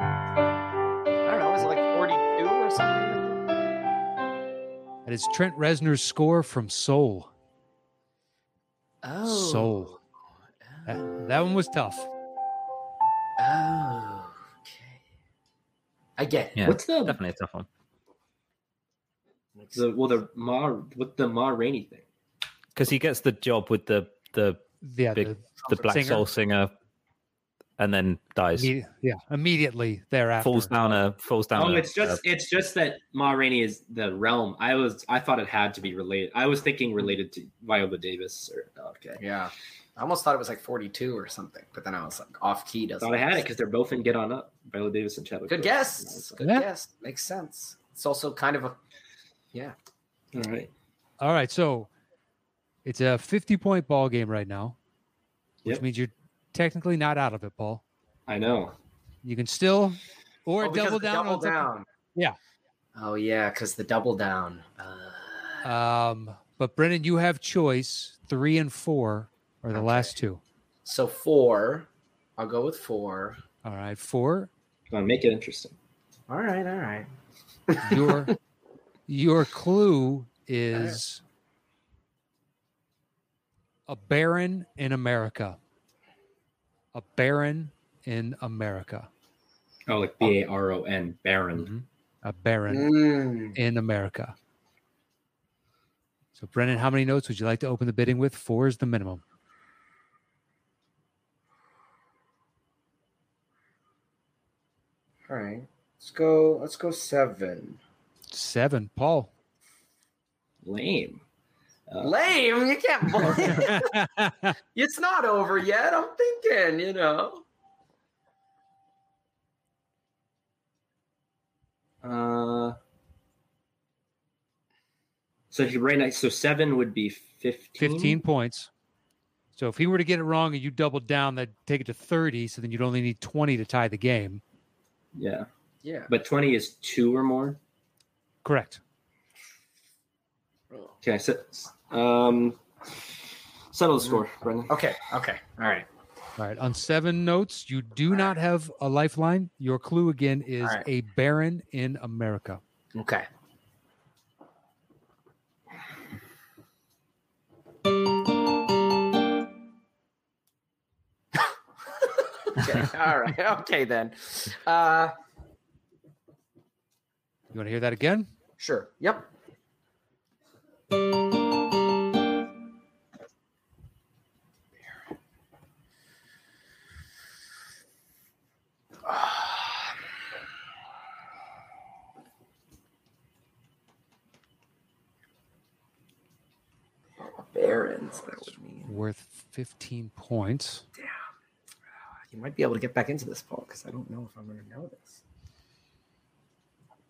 I don't know. Was it like 42 or something? that is Trent Reznor's score from Soul. Oh. Soul. That, that one was tough. Oh. Okay. I get it. Yeah. What's the. Definitely a tough one. The, well, the Ma, with the Ma Rainey thing. Because he gets the job with the the Yeah. Big the- the black Singer. soul singer, and then dies. immedi- yeah. Immediately thereafter. falls down a falls down. Oh, a- it's just it's just that Ma Rainey is the realm. I was I thought it had to be related. I was thinking related to Viola Davis. Or, okay, Yeah. I almost thought it was like 42 or something, but then I was like, off key I doesn't. thought I make had it sense. because they're both in Get On Up. Viola Davis and Chadwick. Good Boseman. guess. Good Yeah. guess. Makes sense. It's also kind of a. All right. All right, so it's a 50 point ball game right now, which Yep. means you're technically not out of it, Paul. I know. You can still or Oh, because double the down Double on something. down. Yeah. Oh yeah, because the double down. Uh, Um, but Brennan, you have choice three and four are the Okay. last two. so four. I'll go with four. All right, four. Come on, make it interesting. All right. All right. Your your clue is a baron in America. A baron in America. Oh, like B A R O N Baron. Mm-hmm. A baron. Mm. in America. So, Brennan, how many notes would you like to open the bidding with? Four is the minimum. All right. Let's go. Let's go seven. Seven. Paul. Lame. Uh, Lame. You can't. Believe it. it's not over yet. I'm thinking. You know. Uh, so if you right now, so seven would be fifteen. 15 points. So, if he were to get it wrong and you doubled down, that'd take it to 30. So then you'd only need 20 to tie the game. Yeah, Yeah. but twenty is two or more. Correct. Okay, so um, settle the score, Brendan. Okay. Okay. All right. All right. On seven notes, you do not have a lifeline. Your clue again is All right. a baron in America. Okay. okay. All right. Okay then. Uh You want to hear that again? sure. Yep. Barons, that would mean. Worth 15 points. You might be able to get back into this, Paul, because I don't know if I'm going to know this.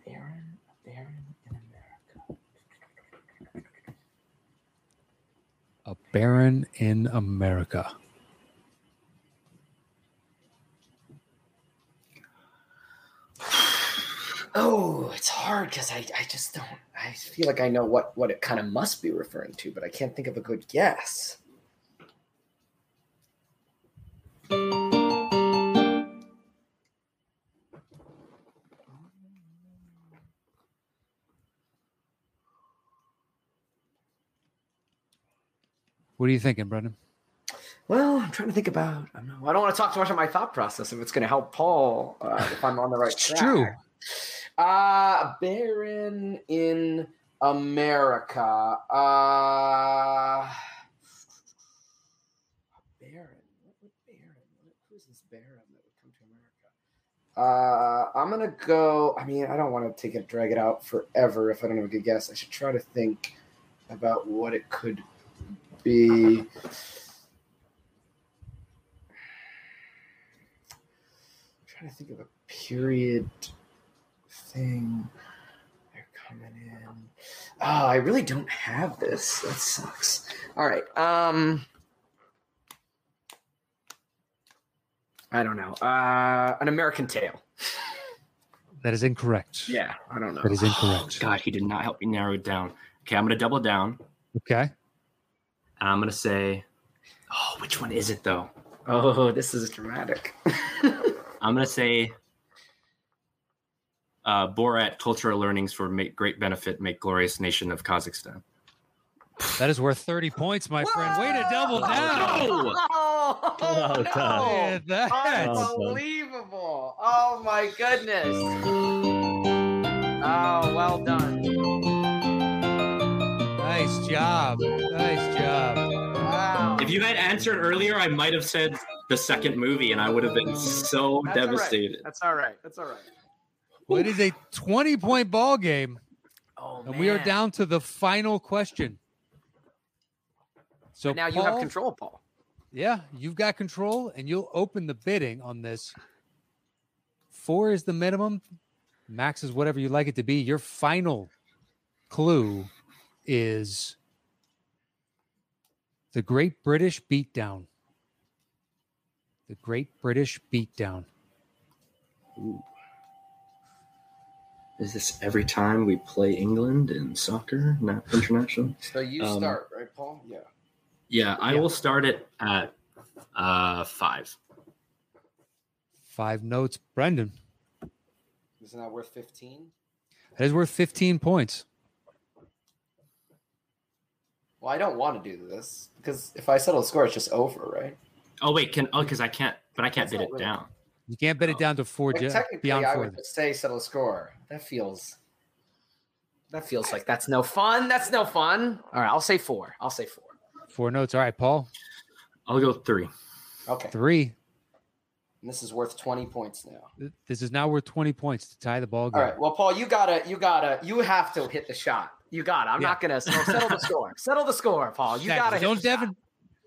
Baron, Baron in America. A baron in America. Oh, it's hard because I, I just don't. I feel like I know what what it kind of must be referring to, but I can't think of a good guess. What are you thinking, Brendan? Well, I'm trying to think about. I don't know. I don't want to talk too much about my thought process if it's going to help Paul uh, if I'm on the right It's track. true. Uh, Baron in America. Uh, Baron. What would Baron? Who's this Baron that would come to America? Uh, I'm gonna go. I mean, I don't want to take it, drag it out forever. If I don't have a good guess, I should try to think about what it could be. trying to think of a period thing. They're coming in. Oh, I really don't have this. That sucks. All right. Um I don't know. Uh an American tale. That is incorrect. Yeah, Oh, I don't know. That is incorrect. God, he did not help me narrow it down. Okay, I'm gonna double down. Okay. I'm gonna say, oh, which one is it though? Oh, this is dramatic. I'm gonna say, uh, Borat cultural learnings for make great benefit, make glorious nation of Kazakhstan. That is worth 30 points, my friend. Way to double down. no! Oh, Well done. Yeah, that- Unbelievable. Oh my goodness. Oh, well done. Nice job. Nice job. Wow. If you had answered earlier, I might have said the second movie, and I would have been so That's all right. devastated. That's all right. That's all right. Well, it is a 20 point ball game, Oh, and we are down to the final question. So Now you have Paul- control, Paul. Yeah, you've got control, and you'll open the bidding on this. Four is the minimum. Max is whatever you like it to be. Your final clue is the Great British Beatdown. The Great British Beatdown. Is this every time we play England in soccer, not international? So you Um, start, right, Paul? Yeah. yeah, I will start it at uh, five. Five notes, Brendan. Isn't that worth 15? That is worth 15 points. Well, I don't want to do this because if I settle the score, it's just over, right? Oh wait, can oh because I can't, but I can't That's bid not it really- down. You can't bid it down to four. Like, ju- technically, beyond I four. would just say settle the score. That feels. That feels like that's no fun. That's no fun. All right, I'll say four. I'll say four. Four notes. All right, Paul. I'll go three. Okay. Three. And this is worth 20 points now. Th- This is now worth 20 points to tie the ball game. All right. Well, Paul, you gotta, you gotta, you have to hit the shot. You gotta. I'm not gonna so settle the score. Settle the score, Paul. You Exactly. gotta. Hit don't the shot. Devin,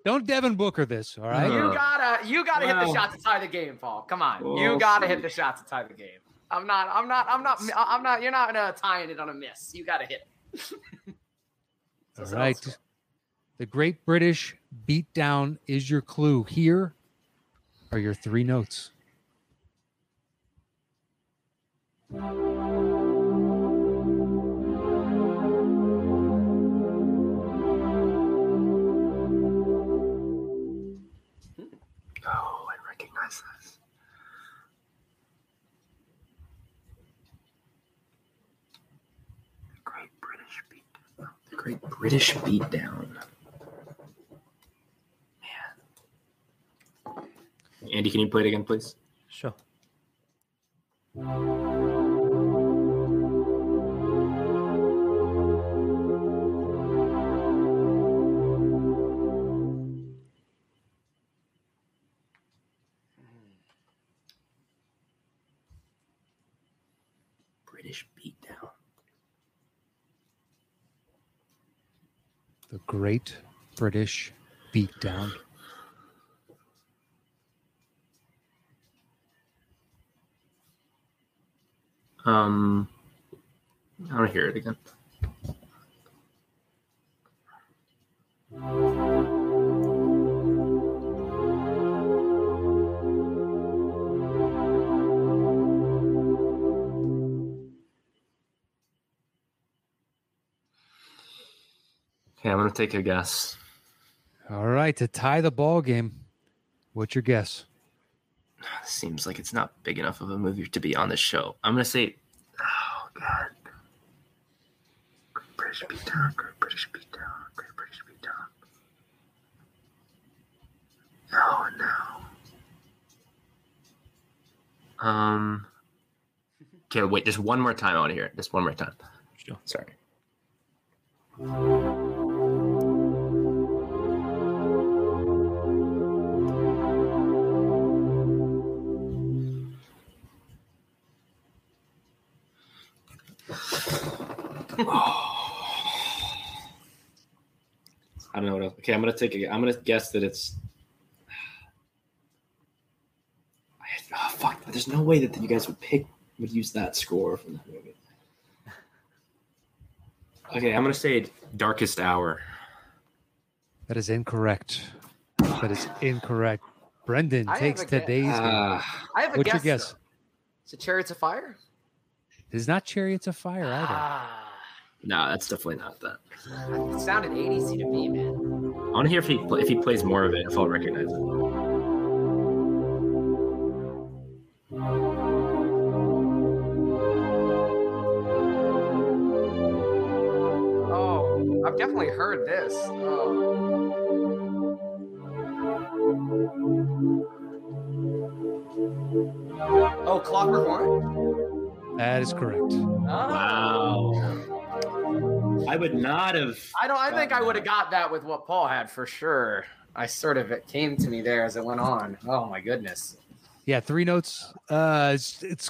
don't Devin Booker this. All right. Uh, You gotta, you gotta hit well. the shot to tie the game, Paul. Come on, you We'll gotta see. hit the shot to tie the game. I'm not, I'm not, I'm not, I'm not. You're not uh, tying it on a miss. You gotta hit. it. So All settle right. the score. The Great British Beatdown is your clue. Here are your three notes. Oh, I recognize this. The Great British Beatdown. The Great British Beatdown. Man. Andy, can you play it again, please? Sure. British Beatdown. The Great British Beatdown. Um, I don't hear it again. Okay, I'm gonna take a guess. All right. To tie the ball game, what's your guess? This seems like it's not big enough of a movie to be on the show. I'm gonna say, oh god, Great British Beatdown, Great British Beatdown, Great British Beatdown. No, no. Um. Okay, wait, just one more time. I want to hear it. Just one more time. Sure. Sorry. I don't know what else. Okay, I'm gonna take. A, I'm gonna guess that it's. I, oh, fuck! There's no way that you guys would pick would use that score from that movie. Okay, I'm gonna say Darkest Hour. That is incorrect. That is incorrect. Brendan I have takes a guess. today's. Uh, I have a What's your guess. guess? though. It's a Chariots of Fire. It is not Chariots of Fire either. Ah, no, that's definitely not that. it sounded 80s to me, man. I want to hear if he pl- if he plays more of it, if I'll recognize it. Oh, I've definitely heard this. Oh. Oh, Clockwork Orange. That is correct. Oh. Wow. I would not have. I don't. I think I would have got that with what Paul had for sure. I sort of it came to me there as it went on. Oh my goodness. Yeah, three notes. Uh, it's, it's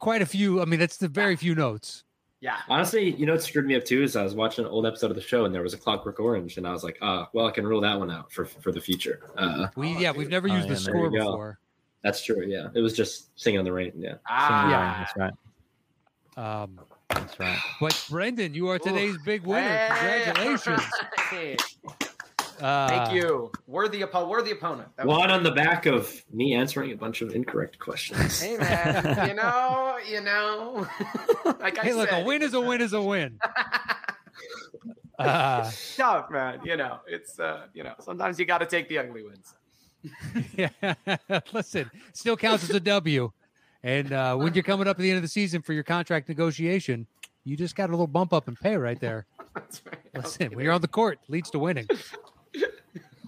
quite a few. I mean, that's the very few notes. Yeah. Honestly, you know what screwed me up too is I was watching an old episode of the show and there was a Clockwork Orange and I was like, ah, well, I can rule that one out for for the future. Uh, We Oh, yeah, we've dude. never Oh, used yeah, the there score you go. before. that's true. Yeah, it was just singing in the rain. Yeah. Ah. that's right. Um, That's right. but Brendan, you are today's big winner. Hey, Congratulations! alright. Uh, Thank you. Worthy oppo- worthy opponent. That was- One on the back of me answering a bunch of incorrect questions. Hey man, you know, you know. like I Hey, look, a said, win is a win is a win. uh, it's tough, man. You know, it's uh, you know, sometimes you got to take the ugly wins. yeah, listen, still counts as a W. And uh, when you're coming up at the end of the season for your contract negotiation, you just got a little bump up in pay right there. That's right. Listen, when you're on the court, leads to winning.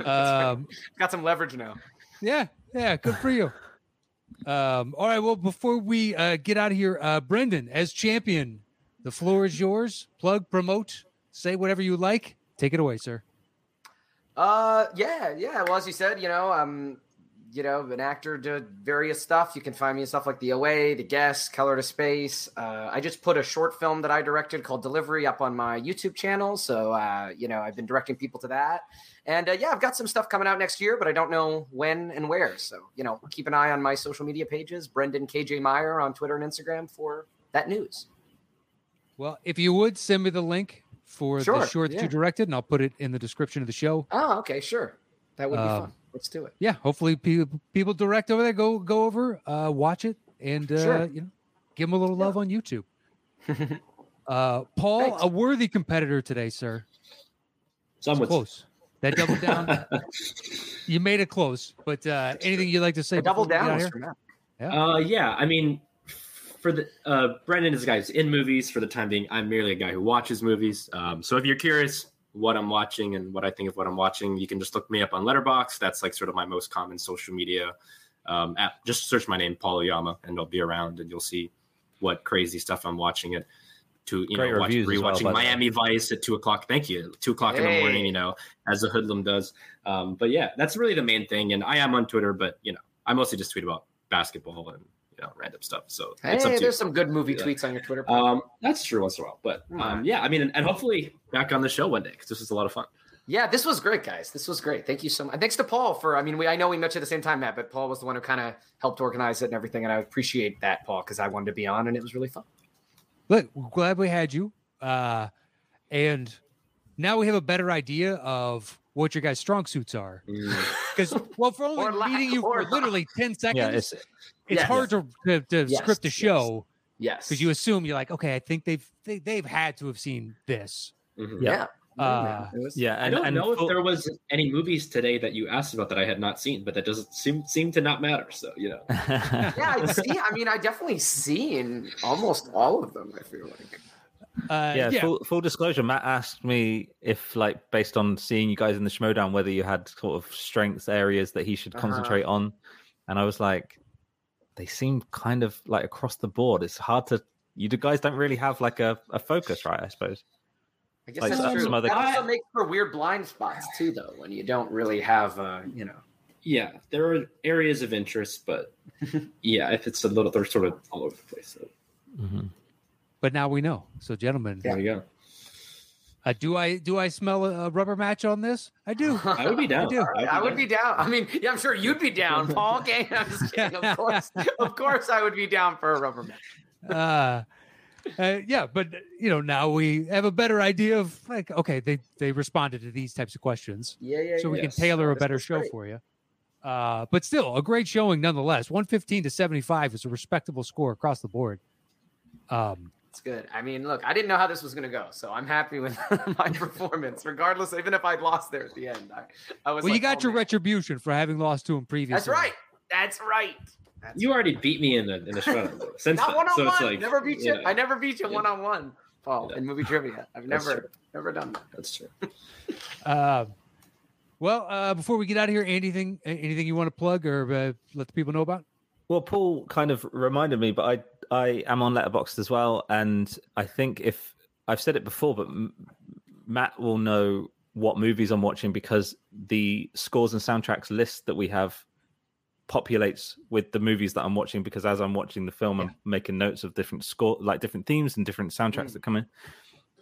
right. Um, Got some leverage now. Yeah, yeah, good for you. Um, all right, well, before we uh, get out of here, uh, Brendan, as champion, the floor is yours. Plug, promote, say whatever you like. Take it away, sir. Uh, yeah, yeah. Well, as you said, you know, um, you know, an actor did various stuff. You can find me in stuff like The OA, The Guest, Color to Space. Uh, I just put a short film that I directed called Delivery up on my YouTube channel. So, uh, you know, I've been directing people to that. And uh, yeah, I've got some stuff coming out next year, but I don't know when and where. So, you know, keep an eye on my social media pages, Brendan KJ Meyer on Twitter and Instagram for that news. Well, if you would send me the link for the Sure, short that yeah. you directed, and I'll put it in the description of the show. Oh, okay, sure. That would be Um, fun. Let's do it. Yeah, hopefully people people direct over there go go over, uh, watch it, and uh, Sure. you know, give them a little love on YouTube. uh, Paul, Thanks. a worthy competitor today, sir. Some would Close. That double down. You made it close, but uh, anything you'd like to say? A double before we get down out was of from here? that. Uh, yeah, I mean, for the uh, Brendan is a guy who's in movies for the time being. I'm merely a guy who watches movies. Um, so if you're curious what I'm watching and what I think of what I'm watching, you can just look me up on Letterbox. That's like sort of my most common social media um, app. Just search my name, Paul Oyama, and I'll be around, and you'll see what crazy stuff I'm watching. It to you Great know, watch, reviews as well, rewatching by the way. Miami Vice at two o'clock. Thank you, two o'clock in the Hey. morning. You know, as a hoodlum does. Um, but yeah, that's really the main thing. And I am on Twitter, but you know, I mostly just tweet about basketball and you know random stuff. So Hey, it's up to you. there's some good movie Yeah. tweets on your Twitter. Um, that's true once in a while, but um, Alright. yeah, I mean, and, and hopefully back on the show one day because this was a lot of fun. yeah, this was great, guys. This was great. Thank you so much. And thanks to Paul for. I mean, we I know we met you at the same time, Matt, but Paul was the one who kind of helped organize it and everything, and I appreciate that, Paul, because I wanted to be on, and it was really fun. Look, we're glad we had you, uh, and now we have a better idea of what your guys' strong suits are. Mm, Because well, for only Or lack- meeting you or for lack. literally ten seconds, Yeah, it's, it's Yes. hard to to, to Yes, script a yes. show Yes, because you assume you're like, okay, I think they've they, they've had to have seen this. Mhm. Yeah. yeah. Uh, It was- yeah. I And, don't and know if full- there was any movies today that you asked about that I had not seen, but that doesn't seem seem to not matter. So you know, yeah, I see. I mean, I definitely seen almost all of them. I feel like Uh, yeah, Full, full disclosure matt asked me if like based on seeing you guys in the schmodown whether you had sort of strengths areas that he should Uh-huh. concentrate on and i was like they seem kind of like across the board it's hard to you d- guys don't really have like a, a focus right i suppose I guess Like that's some- true. some other- That also makes for weird blind spots too, though, when you don't really have, uh, you know. Yeah, there are areas of interest, but yeah, if it's a little, they're sort of all over the place. So but now we know. So, gentlemen, there you go. uh, do I do I smell a, a rubber match on this? I do. I would be down. do. would be I would down. be down. I mean, yeah, I'm sure you'd be down, Paul. Okay, I'm just kidding. Of course, of course, I would be down for a rubber match. uh, uh, yeah, but you know now we have a better idea of like, okay, they they responded to these types of questions, Yeah, yeah. so we yes. can tailor a This better was show great. for you. Uh, but still, a great showing nonetheless. One fifteen to seventy five is a respectable score across the board. Um, It's good. I mean, look, I didn't know how this was going to go, so I'm happy with my performance, regardless. Even if I lost there at the end, I, I was. well, you like, got oh, your man. retribution for having lost to him previously. That's right. That's right. That's You already beat me in the in the shredder though, since not then. one on so one. it's like never beat you. know, I never beat you Yeah. one on one, Paul, Yeah. in movie trivia. I've That's never, true. never done that. That's true. Uh, well, uh, before we get out of here, anything a- anything you want to plug or uh, let the people know about? Well, Paul kind of reminded me, but I I am on Letterboxd as well, and I think if I've said it before, but M- Matt will know what movies I'm watching because the scores and soundtracks list that we have populates with the movies that I'm watching because as I'm watching the film, I'm making notes of different score, like different themes and different soundtracks that come in.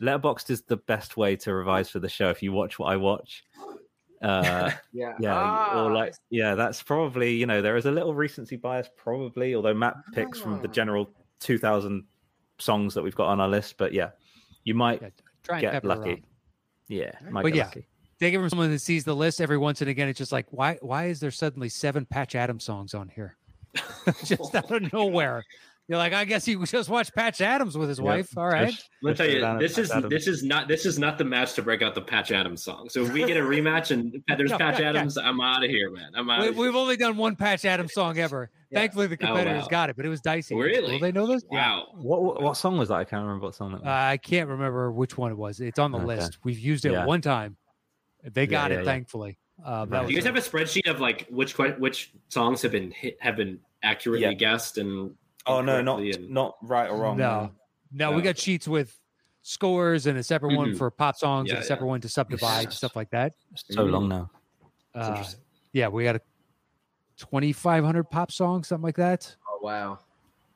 Letterboxd is the best way to revise for the show if you watch what I watch. Uh, Yeah. yeah, Ah, or like yeah, that's probably you know there is a little recency bias probably, although Matt picks from the Ah. general two thousand songs that we've got on our list, but yeah, you might Yeah, try and get pepper lucky. around. Yeah, might But get yeah. lucky. Take it from someone that sees the list every once and again. It's just like, why why is there suddenly seven Patch Adams songs on here? just out of nowhere. You're like, I guess he just watched Patch Adams with his Yeah. wife. All right. Especially- Let me tell especially you, down at this Patch is Adams. this is not this is not the match to break out the Patch Adams song. So if we get a rematch and there's No, Patch yeah, yeah. Adams, I'm out of here, man. I'm out. We, of here. we've only done one Patch Adams song ever. Yeah. Thankfully, the Oh, competitors wow. got it, but it was dicey. Really? Will they know this? Wow. What what- what song was that? I can't remember what song that was. Uh, I can't remember which one it was. It's on the Okay. list. We've used it Yeah. one time. They got yeah, it, yeah. thankfully. Uh, that Right. Do was you guys a- have a spreadsheet of like which que- which songs have been hit, have been accurately Yeah. guessed and oh no, not incorrectly and- not right or wrong. No, no, we No. got sheets with scores and a separate one Mhm. for pop songs Yeah, and a yeah. separate one to subdivide stuff like that. It's so long now. It's Uh, interesting. yeah, we got a 2,500 pop songs, something like that. oh, wow.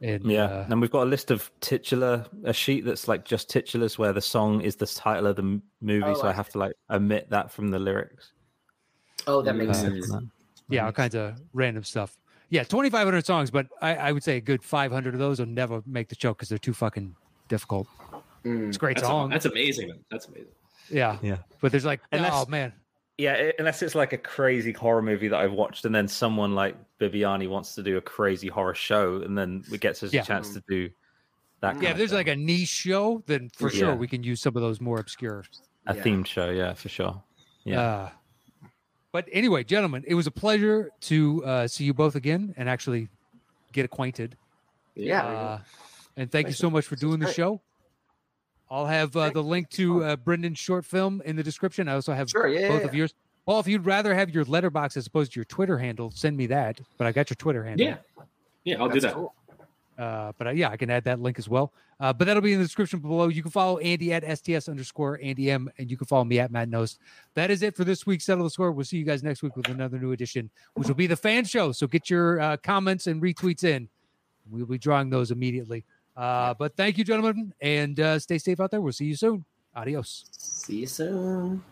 And Yeah, uh, and we've got a list of titular a sheet that's like just titulars where the song is the title of the m- movie, Oh, so I I have to like omit that from the lyrics. Oh, that makes Mm. sense. Except for that. yeah, all kinds of random stuff. Yeah, 2,500 songs, but I, I would say a good 500 of those will never make the show because they're too fucking difficult. It's Mm. a great That's, song. that's amazing. Man. That's amazing. yeah. Yeah. But there's like, Unless- oh man. Yeah, i- unless it's like a crazy horror movie that I've watched, and then someone like Bibiani wants to do a crazy horror show, and then it gets us Yeah. a chance to do that. Mm. Oh, Yeah, if there's like a niche show, then for sure Yeah. we can use some of those more obscure a yeah. themed show, yeah, for sure. Yeah. Uh, but anyway, gentlemen, it was a pleasure to uh, see you both again and actually get acquainted. Yeah. Uh, and thank you so much for doing the great. show. I'll have uh, Thank the link to uh, Brendan's short film in the description. I also have Sure, yeah, both yeah, of yours. Paul, if you'd rather have your letterbox as opposed to your Twitter handle, send me that. But I got your Twitter handle. Yeah. Yeah, I'll do that. Cool. Uh, but uh, yeah, I can add that link as well. Uh, but that'll be in the description below. You can follow Andy at STS underscore Andy M, and you can follow me at Matt Nost. That is it for this week's Settle the Score. We'll see you guys next week with another new edition, which will be the fan show. So get your uh, comments and retweets in. We'll be drawing those immediately. Uh, but thank you, gentlemen, and uh, stay safe out there. We'll see you soon. Adios. See you soon.